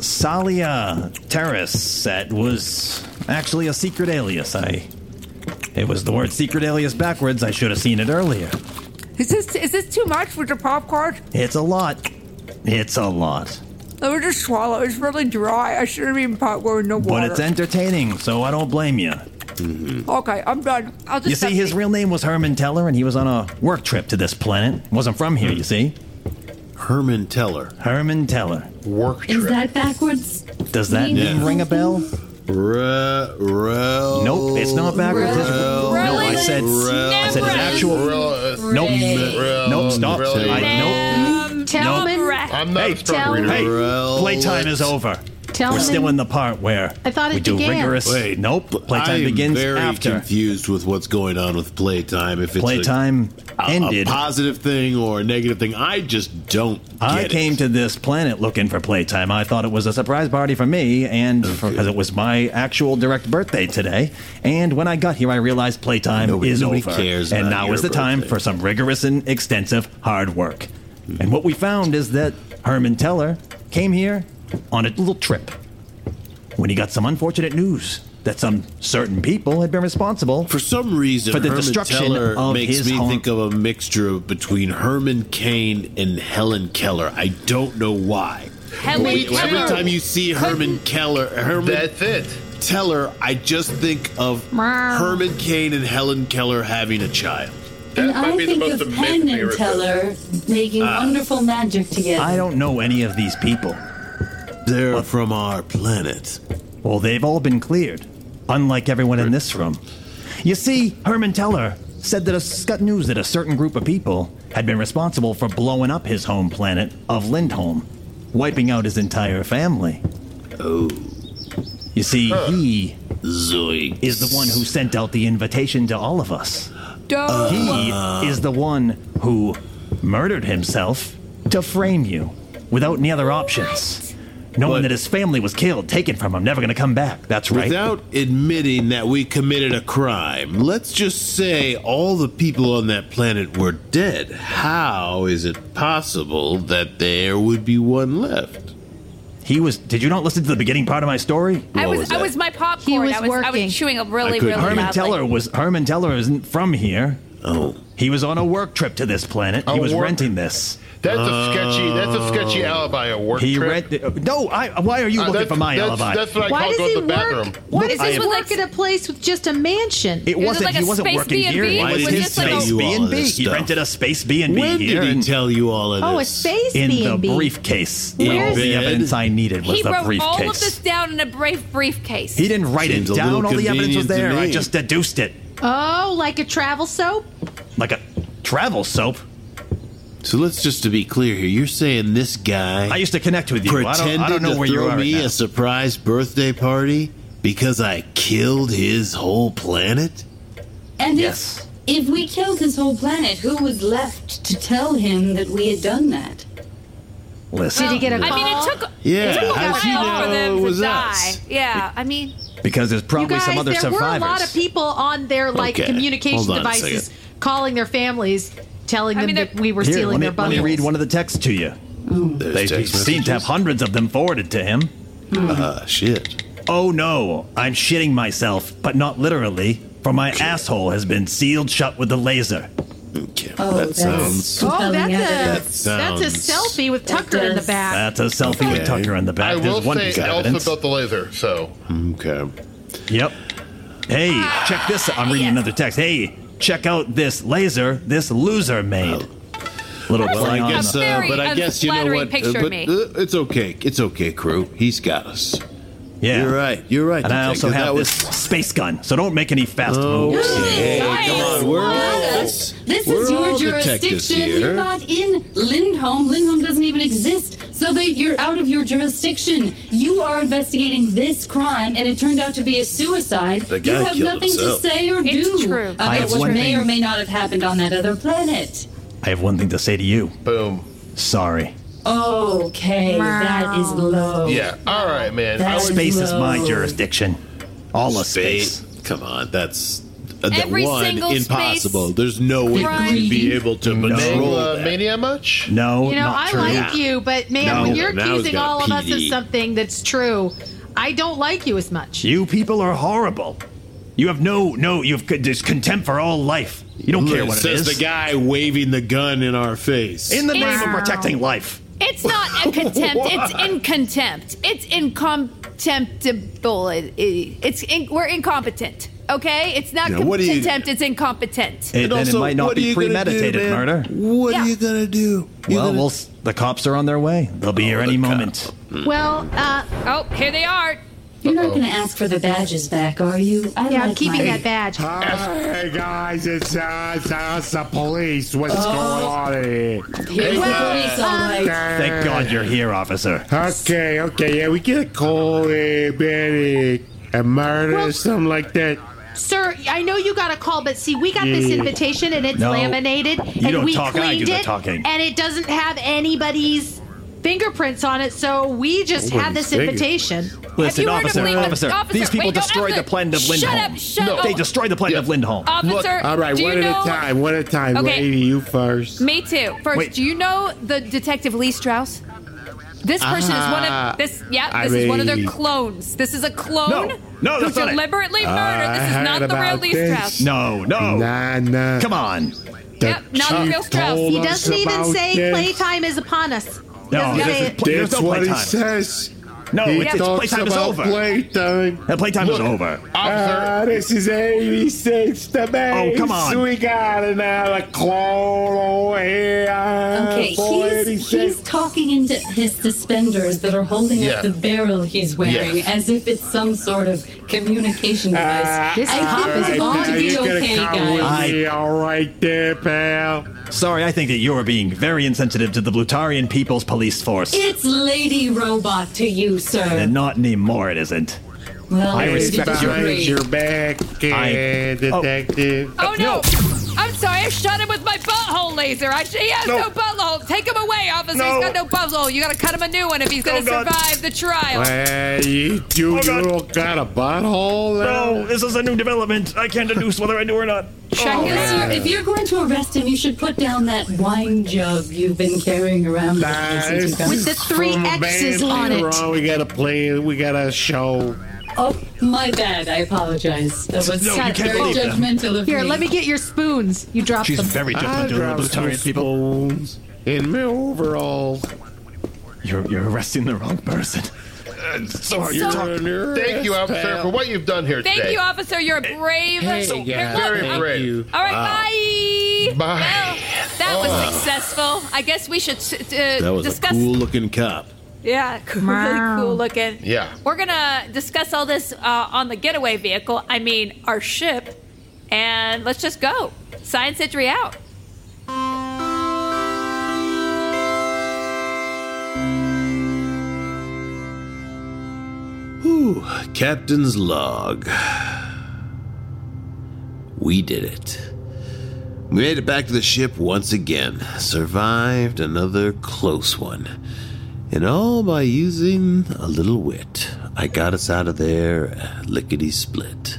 G: Salia Terrace set was actually a secret alias. I. It was the word secret alias backwards. I should have seen it earlier.
H: Is this is this too much for the popcorn?
G: It's a lot. It's a lot.
H: Let me just swallow. It's really dry. I should have eaten popcorn. No
G: But it's entertaining, so I don't blame you.
H: okay, I'm done. I'll just.
G: You see, his real name was Herman Teller, and he was on a work trip to this planet. Wasn't from here, you see.
D: Herman Teller.
G: Herman Teller.
C: Work
A: Is
C: trip.
A: that backwards?
G: Does that
A: Yeah.
G: name ring a bell?
D: Re- rel-
G: Nope, it's not backwards. It's-
D: rel-
G: no, I said.
D: rel-
G: I said an actual.
C: Real-
G: Nope.
C: real-
G: Nope. Stop.
C: real-
G: I,
E: Talman,
C: I'm not
G: Hey,
C: a strong
E: tell-
C: reader.
G: nope. Hey,
D: Rel-
G: playtime is over.
E: Tell
G: We're
E: him.
G: still in the part where
E: I thought it
G: we do
E: began.
G: rigorous.
D: Wait,
G: nope. Playtime
D: I'm
G: begins
D: very
G: after.
D: confused with what's going on with playtime. If it's a-
G: Playtime
D: a, a
G: ended.
D: positive thing or a negative thing, I just don't. Get
G: I
D: it.
G: came to this planet looking for playtime. I thought it was a surprise party for me, and because it was my actual direct birthday today. And when I got here, I realized playtime
D: Nobody-
G: is
D: nobody
G: over,
D: cares
G: and
D: about
G: now
D: your
G: is the time
D: birthday.
G: for some rigorous and extensive hard work. And what we found is that Herman Teller came here on a little trip when he got some unfortunate news that some certain people had been responsible
D: For some reason,
G: For the
D: Herman
G: destruction
D: Teller
G: of
D: makes
G: his
D: me
G: home-
D: think of a mixture of- between Herman Cain and Helen Keller. I don't know why.
H: Helen
C: Me too.
H: Keller.
D: Every time you see Herman Keller, Herman
C: That's it.
D: Teller, I just think of Herman Cain and Helen Keller having a child.
C: That
A: and
C: might
A: I
C: be the
A: think
C: most
A: of
C: amazing
A: Penn and
C: miracle.
A: Teller making
D: Ah.
A: wonderful magic together.
G: I don't know any of these people.
D: They're from our planet.
G: Well, they've all been cleared, unlike everyone in this room. You see, Herman Teller said that a got news that a certain group of people had been responsible for blowing up his home planet of Lindholm, wiping out his entire family. Oh. You see, he
D: Zoinks.
G: is the one who sent out the invitation to all of us. He is the one who murdered himself to frame you without any other options. Knowing
D: But-
G: that his family was killed, taken from him, never going to come back. That's right.
D: Without admitting that we committed a crime, let's just say all the people on that planet were dead. How is it possible that there would be one left?
G: He was. Did you not listen to the beginning part of my story?
H: I
D: What
H: was,
D: was
H: I
D: that?
H: was my popcorn.
E: He was
H: I, was, I
E: working.
H: was chewing up really,
D: I couldn't
H: really
D: hear.
G: Herman
H: loudly.
G: Teller was. Herman Teller isn't from here.
D: Oh.
G: He was on a work trip to this planet. he
C: A
G: was
C: work-
G: renting this.
C: That's a sketchy. That's a sketchy alibi. A work
G: Oh. He
C: trip.
G: rented. No, I. Why are you
C: Uh,
G: looking
C: that's-
G: for my
C: that's,
G: alibi?
C: That's what I
E: Why
C: call
E: does
C: go
E: he
C: to the
E: work?
C: bathroom.
E: Why does
G: I
E: he
G: am-
E: work at a place with just a mansion?
G: it wasn't.
H: like a
G: he wasn't
H: space
G: working
H: B&B?
G: here. It
H: Why
G: was
H: did he
G: his
H: tell
G: space
D: you
G: B
D: all
G: and B.
D: this
G: He
D: stuff?
G: rented a space B and B
D: When
G: here.
D: did he
G: and
D: tell you all of this?
E: oh, a space
G: in
E: B&B.
G: the briefcase,
E: In
G: all the
D: bed.
G: evidence I needed was
H: He
G: the
H: wrote
G: briefcase.
H: all of this down in a brief briefcase.
G: He didn't write
D: Seems a
G: it down.
D: little
G: All the evidence was
D: convenient to
G: there. I
D: me.
G: just deduced it.
E: Oh, like a travel soap?
G: Like a travel soap?
D: So let's just to be clear here. You're saying this guy
G: I used to connect with you. I
D: pretended
G: don't, I don't know
D: to
G: where you
D: throw
G: are right
D: me
G: now.
D: a surprise birthday party because I killed his whole planet?
A: And
G: Yes.
A: if, if we killed his whole planet, who was left to tell him that we had done that?
G: Listen,
E: Did he get a call?
H: I mean, it took
D: Yeah,
H: it took a
D: how'd you
H: while for
D: know
H: them
D: it was
H: to
D: us?
H: die. Yeah, I mean,
G: because there's
E: you
G: probably
E: guys,
G: some other
E: there
G: survivors.
E: were a lot of people on their like
D: Okay,
E: communication
D: hold on a
E: devices,
D: second.
E: calling their families, telling
H: I
E: them
H: mean,
E: that
H: they're-
E: we were
G: Here,
E: stealing
G: let me,
E: their
G: let
E: bundles.
G: me read one of the texts to you.
D: There's
G: They
D: text
G: seem to have
D: messages.
G: hundreds of them forwarded to him.
D: Ah, shit.
G: Oh no, I'm shitting myself, but not literally, for my asshole has been sealed shut with a laser.
D: Okay,
A: Oh,
D: that
A: that's-
D: sounds.
E: Oh, that's
A: That
E: a
D: sounds-
E: that's a selfie with Tucker in the
A: does.
E: back.
G: That's a selfie
D: Okay.
G: with Tucker in the
C: I
G: back.
C: will
G: There's one
C: say
G: piece of
C: Elsa
G: evidence.
C: built the laser, so
D: Okay.
G: Yep. Hey, check this out. I'm reading
H: yeah.
G: another text. Hey, check out this laser this loser made. Little
D: Oh. Well, I
G: play on
D: guess,
G: the-
D: uh,
H: very
D: but I guess you know
H: unflattering
D: what.
H: picture of
D: but,
H: me.
D: uh, it's okay. It's okay, crew. He's got us.
G: yeah.
D: You're right. You're right.
G: And I
D: Detective.
G: also
D: that Oh.
G: have
D: was.
G: this space gun, so don't make any fast moves.
D: Okay,
A: Guys,
D: come on. We're all,
A: This, this
D: we're
A: is your
D: all detectives
A: jurisdiction. You're
D: here.
A: not in Lindholm. Lindholm doesn't even exist. So that you're out of your jurisdiction. You are investigating this crime, and it turned out to be a suicide.
D: The guy
A: you have
D: killed
A: nothing
D: himself.
A: to say or
H: It's
A: do
H: true.
A: about
G: I have
A: what
G: one
A: may
G: thing-
A: or may not have happened on that other planet.
G: I have one thing to say to you.
C: boom.
G: Sorry.
A: Okay, that is low.
C: Yeah. All right, man. I
A: That's-
C: would,
G: Space is my
A: No.
G: jurisdiction. All of space.
D: space. Come on, that's uh, that
H: Every
D: one
H: single space
D: impossible. There's no way
H: crime.
D: you'd be able to patrol
C: Mangla
D: that.
C: uh, mania much?
G: No,
E: You know,
G: not
E: I
G: true.
E: like you, but man,
D: No,
E: when you're
D: now he's
E: accusing
D: got
E: all of us of
D: PD.
E: something that's true, I don't like you as much.
G: You people are horrible. You have no, no, you have con- just contempt for all life. You don't care what it
D: says
G: is.
D: the guy waving the gun in our face.
G: In the name of
H: Wow.
G: protecting life.
H: it's not a contempt. it's in contempt. It's incontemptible. It- it- It's in, we're incompetent. Okay, it's not
D: Yeah,
H: con-
D: what do you-
H: contempt. It's incompetent.
G: It,
D: And
G: then
D: also,
G: it might not
D: what are
G: be
D: you gonna do,
G: premeditated
D: man?
G: murder.
D: What
H: Yeah.
D: are you gonna do? You
G: Well,
D: gonna-
G: we'll s- the cops are on their way. They'll be here
D: Oh,
G: any
D: the cop.
G: moment.
E: Well, uh,
H: Oh, here they are.
A: You're not going to ask for the badges back, are you? I
E: yeah, I'm
A: like
E: keeping
A: mine.
E: that badge.
J: Hey guys, it's us, us, the police. What's going on here?
A: Here's the police, all right.
G: Thank God you're here, officer.
J: Okay, okay, yeah, we get a call, eh, Betty, a murder
E: Well-
J: or something like that.
E: Sir, I know you got a call, but see, we got this
J: Yeah.
E: invitation and it's
G: No.
E: laminated,
G: You
E: and
G: don't
E: we
G: talk, I do
E: cleaned
G: the
E: it,
G: talking.
E: and it doesn't have anybody's fingerprints on it. So we just had this
J: Nobody's
E: invitation.
H: you
G: Listen,
H: heard of
G: officer,
H: Lindholm?
G: officer,
H: Officer,
G: These people
H: wait, no,
G: destroyed
H: officer.
G: the planet of
H: Shut
G: Lindholm.
H: up, shut up.
G: They destroyed the planet
C: Yeah.
G: of Lindholm.
H: Officer,
J: All right,
H: do
J: one
H: you
J: at
H: know-
J: a time, one at a time.
H: Okay.
J: Lady, you first.
H: Me too. First,
G: Wait.
H: do you know the detective Lee Strauss? This person is one
J: Ah,
H: of this. Yeah,
J: I
H: this is one of their
J: mean-
H: clones. This is a clone.
G: No, no,
H: who
G: that's not it.
H: deliberately murdered.
J: I
H: This is
J: heard
H: not the real
J: about
H: Lee
J: this.
H: Strauss.
G: No, no.
J: Nah, nah.
G: Oh. Come on.
H: Yep, not the
J: chief
H: real Strauss.
J: told
E: He
H: He
J: us
E: doesn't even
J: about
E: say
J: this.
E: playtime is upon us.
G: No,
E: Doesn't
G: this
E: say
G: is
E: it.
G: pl- there's no
J: That's what he
G: playtime.
J: says.
G: No,
J: he
G: it's, it's
J: talks
G: playtime is
J: about
G: over.
J: Playtime.
G: Uh, playtime is
C: Look,
G: over.
C: Officer,
J: Ah, this is 86 to base.
G: Oh, come on.
J: We got another clone over here.
A: Okay,
J: for
A: he's,
J: 86.
A: he's talking into his suspenders that are holding
C: Yeah.
A: up the barrel he's wearing
C: Yes.
A: as if it's some sort of communication device.
E: This
A: I
E: cop
A: think
E: is
A: it's
J: All
A: going
J: right,
A: to
J: now
A: be
J: you're
A: okay,
J: gonna come with
A: guys.
G: I-
J: me, all right there, pal.
G: Sorry, I think that you are being very insensitive to the Blutarian People's Police Force.
A: It's Lady Robot to you,
G: and
A: sir.
G: not anymore, it isn't.
A: Well,
G: I
A: to a
G: respect your-
A: degree.
J: Behind your back,
G: I-
J: uh, detective.
H: Oh no. I'm sorry, I shot him with my butthole laser. I, he has no.
J: No.
H: butthole. Take him away, officer.
J: No.
H: He's got no butthole. You gotta cut him a new one if he's gonna
G: Oh, God.
H: survive the trial.
J: Well, you, you,
G: Oh,
J: you
G: God.
J: don't got a butthole
G: No,
J: there?
G: this is a new development. I can't deduce whether I do or not.
H: Check his-
A: Sir, if you're going to arrest him, you should put down that wine jug you've been carrying around with you
J: Nah,
A: since you got
E: With the three
J: from a band
E: X's on
J: later
E: it.
J: on, we got a play. We got a show.
A: Oh, my bad. I apologize. That was
G: No, you can't
A: very
G: believe that.
A: judgmental of
E: Here,
A: me.
E: let me get your spoons. You dropped
G: She's
E: them.
G: very
J: I
G: judgmental
J: dropped
G: of the
J: some
G: Blutarian people.
J: spoons in my overalls.
G: You're, you're arresting the wrong person. Uh,
C: sorry, you're talking- Thank you, officer, for what you've done here
H: Thank
C: today.
H: you, officer. You're a brave. so-
J: guys,
H: Look,
C: Very
H: I'm-
C: brave.
H: All right, bye.
C: Bye.
H: Well, that was successful. I guess we should uh,
D: that was
H: discuss.
D: a cool looking cop.
H: Yeah, cool, really cool looking.
C: Yeah.
H: We're gonna discuss all this uh, on the getaway vehicle. I mean, our ship. And let's just go. Science Century out.
D: Whew, Captain's log. We did it. We made it back to the ship once again, survived another close one, and all by using a little wit. I got us out of there uh, lickety split.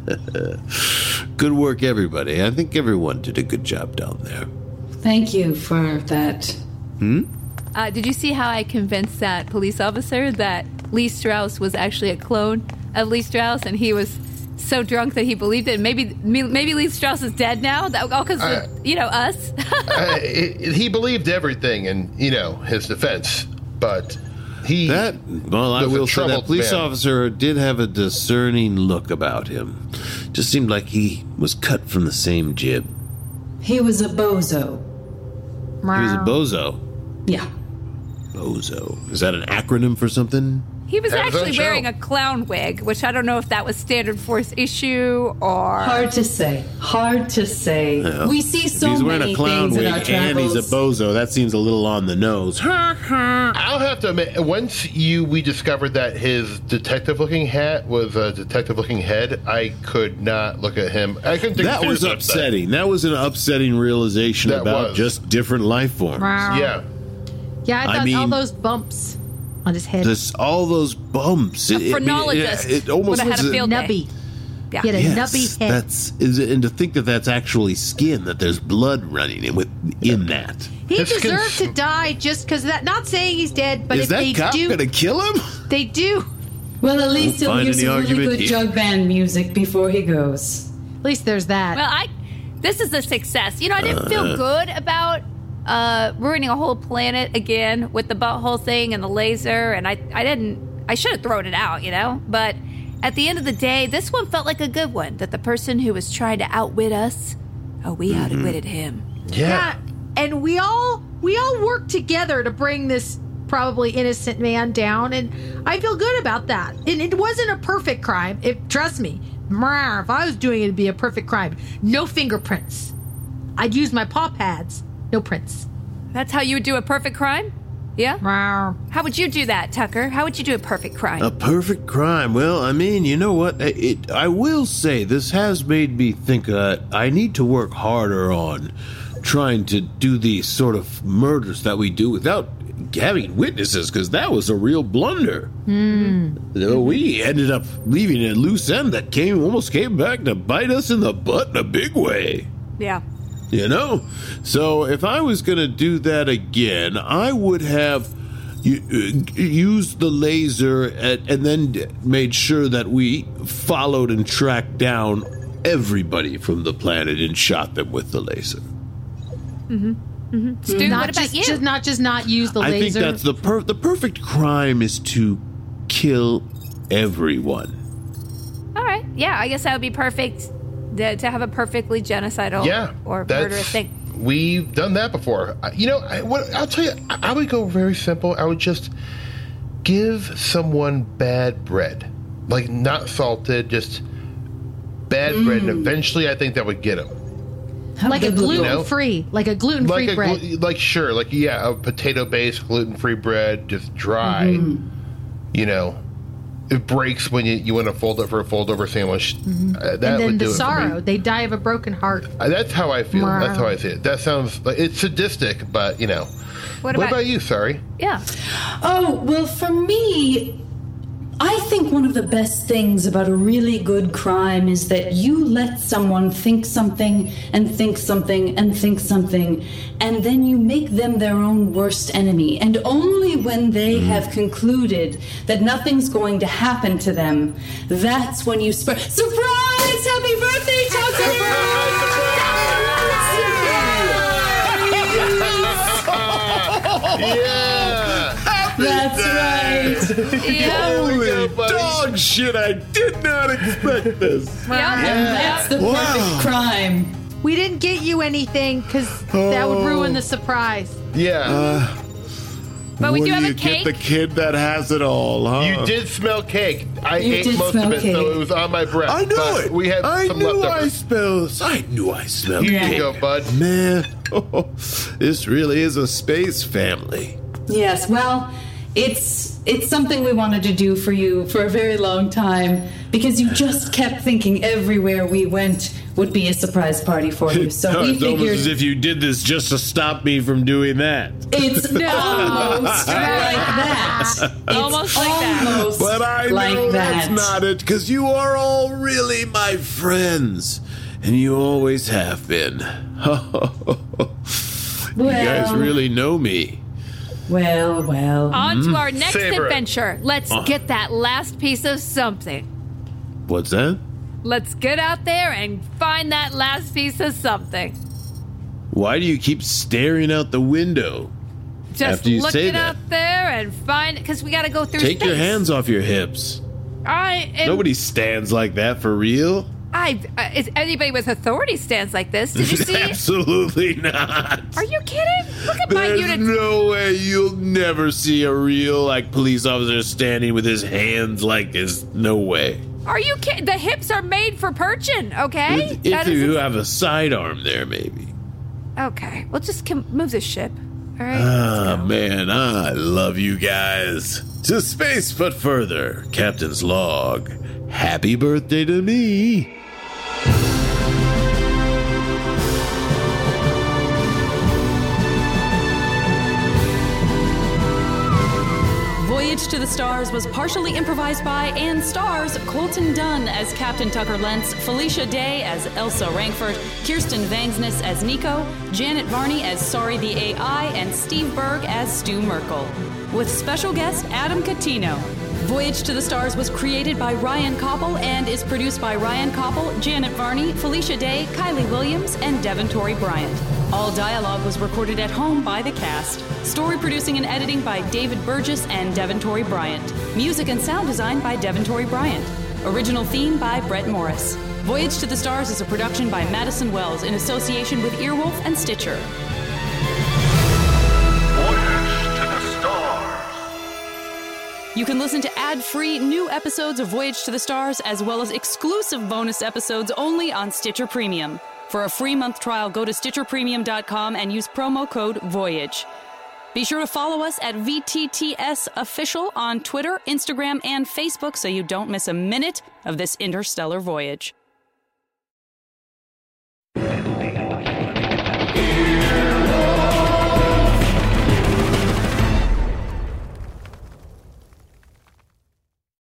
D: good work, everybody. I think everyone did a good job down there.
A: Thank you for that.
H: Uh, did you see how I convinced that police officer that Lee Strauss was actually a clone of Lee Strauss, and he was so drunk that he believed it? Maybe, me- maybe Lee Strauss is dead now. That all because
C: Uh.
H: you know us.
C: I- Uh, it- he believed everything in, you know, his defense, but he.
D: That well, I
C: was a
D: will say that
C: troubled
D: police
C: man.
D: officer did have a discerning look about him. Just seemed like he was cut from the same jib.
A: He was a bozo.
D: He was a bozo.
A: Yeah.
D: Bozo. Is that an acronym for something?
H: he was
C: Arizona
H: actually wearing
C: Joe.
H: a clown wig, which I don't know if that was standard force issue or.
A: Hard to say. Hard to say. we see so
D: he's
A: many things in our
I: and
A: travels.
I: he's a bozo. That seems a little on the nose.
C: I'll have to admit, once you we discovered that his detective-looking hat was a detective-looking head, I could not look at him. I couldn't. Think
D: That
C: seriously
D: was
C: of
D: upsetting. That was an upsetting realization
C: That
D: about
C: was.
D: just different life forms.
C: Yeah,
E: Yeah, I
D: I
E: thought all
D: mean-
E: those bumps on his head.
D: This, all those bumps.
H: A phrenologist
D: it, almost
H: would've had
D: was
H: a field-
E: nubby.
H: Yeah.
E: He had a
D: Yes,
E: nubby head.
D: that's is it, and to think that that's actually skin that there's blood running in with in that.
E: He
C: This can-
E: deserved to die just because of that. Not saying he's dead, but
D: Is
E: if they
D: that cop
E: do,
D: gonna kill him?
E: they do.
A: well, at least he'll
D: find
A: hear
D: any
A: some really
D: argument
A: good
D: here.
A: jug band music before he goes.
E: At least there's that.
H: Well, I this is a success. You know, I
C: Uh,
H: didn't feel good about uh, ruining a whole planet again with the butthole thing and the laser, and I I didn't I should have thrown it out, you know. But at the end of the day, this one felt like a good one. That the person who was trying to outwit us, oh, we
C: Mm-hmm.
H: outwitted him.
E: yeah. And we all we all work together to bring this probably innocent man down, and I feel good about that. And it wasn't a perfect crime. If trust me, Mrrr, if I was doing it, it'd be a perfect crime. No fingerprints. I'd use my paw pads. No prints.
H: That's how you would do a perfect crime. Yeah.
E: Mrrr.
H: How would you do that, Tucker? How would you do a perfect crime?
D: A perfect crime. Well, I mean, you know what? I- It, I will say this has made me think uh, I need to work harder on trying to do these sort of murders that we do without having witnesses, because that was a real blunder.
E: Hmm.
D: Though We ended up leaving a loose end that came almost came back to bite us in the butt in a big way.
H: yeah.
D: You know? So if I was going to do that again, I would have u- uh, used the laser and, and then d- made sure that we followed and tracked down everybody from the planet and shot them with the laser.
H: Stu,
E: Not
H: what about
E: just,
H: you?
E: just not just not use the
D: I
E: laser.
D: think that's the per- the perfect crime is to kill everyone.
H: All right. Yeah, I guess that would be perfect. th- To have a perfectly genocidal
C: yeah.
H: or
C: that's-
H: murderous thing.
C: We've done that before. I- You know, I, what, I'll tell you. I I would go very simple. I would just give someone bad bread, like not salted, just bad bread,
E: Mm.
C: and eventually, I think that would get them.
E: like a
A: You
E: gluten free, like a gluten free
C: like a
E: bread.
C: glu- like sure like yeah a potato based gluten free bread just dry
E: Mm-hmm.
C: you know it breaks when you, you want to fold it for a fold over sandwich Uh, that
E: Mm-hmm. and then
C: would
E: the
C: do it for
E: sorrow,
C: me.
E: they die of a broken heart.
C: Uh, that's how I feel that's
E: Wow.
C: how I see it that sounds like it's sadistic but you know
H: What
C: what
H: about-
C: about you sorry
H: Yeah.
A: Oh, well, for me, I think one of the best things about a really good crime is that you let someone think something and think something and think something, and then you make them their own worst enemy. And only when they have concluded that nothing's going to happen to them, that's when you spur. Surprise! Happy birthday, Tucker!
C: yeah
A: That's right.
H: Yeah.
D: Holy
C: buddy.
D: dog shit! I did not expect this.
H: yeah.
A: And that's the perfect crime.
E: We
D: Oh.
E: didn't
D: Uh,
E: get you anything because that would ruin the surprise.
C: yeah
H: But we
D: What
H: do have
D: you
H: a cake.
D: get the kid that has it all, huh?
C: You did smell cake. I
E: You
C: ate
E: did
C: most of
E: smell
C: it, so
E: cake.
C: it was on my breath.
D: I knew
C: but
D: it.
C: We had
D: I
C: some
D: knew I
C: leftovers.
D: spelled. I knew I smelled.
C: Here you
D: cake.
C: go, bud.
D: Man, this really is a space family.
E: Yes, well, it's it's something we wanted to do for you for a very long time because you just kept thinking everywhere we went would be a surprise party for you. So
D: No,
E: we
D: it's almost
E: figured
D: as if you did this just to stop me from doing that.
E: it's almost like that. It's
H: Almost like that.
E: almost
D: But I
E: like
D: know that's
E: that.
D: not it, because you are all really my friends. And you always have been. you guys
E: Well.
D: really know me.
E: Well, well.
H: On
D: Mm.
H: to our next
C: Savor it.
H: adventure. Let's
D: Uh-huh.
H: get that last piece of something.
D: What's that?
H: Let's get out there and find that last piece of something.
D: Why do you keep staring out the window?
H: Just
D: After you
H: look
D: say
H: it
D: that.
H: out there and find because we got to go through.
D: Take your
H: space.
D: hands off your hips.
H: I am,
D: Nobody stands like that for real.
H: I uh, is anybody with authority stands like this? Did you see?
D: Absolutely not.
H: Are you kidding? Look at my
D: There's
H: unit.
D: no way you'll never see a real like police officer standing with his hands like this. No way.
H: Are you kidding? The hips are made for perching. Okay.
D: If-
H: That
D: if
H: is-
D: you have a sidearm there, maybe.
H: okay. We'll just com- move the ship. All right.
D: Ah, man, I love you guys. To space but further, Captain's log. Happy birthday to me.
A: Voyage to the Stars was partially improvised by and stars Colton Dunn as Captain Tucker Lentz, Felicia Day as Elsa Rankford, Kirsten Vangsness as Nico, Janet Varney as Sorry the AI, and Steve Berg as Stu Merkel. With special guest Adam Catino. Voyage to the Stars was created by Ryan Koppel and is produced by Ryan Koppel, Janet Varney, Felicia Day, Kylie Williams, and Devon Torrey Bryant. All dialogue was recorded at home by the cast. Story producing and editing by David Burgess and Devon Torrey Bryant. Music and sound design by Devon Torrey Bryant. Original theme by Brett Morris. Voyage to the Stars is a production by Madison Wells in association with Earwolf and Stitcher.
J: Voyage to the Stars.
A: You can listen to ad free new episodes of Voyage to the Stars as well as exclusive bonus episodes only on Stitcher Premium. For a free month trial, go to StitcherPremium.com and use promo code VOYAGE. Be sure to follow us at VTTS Official on Twitter, Instagram, and Facebook so you don't miss a minute of this interstellar voyage.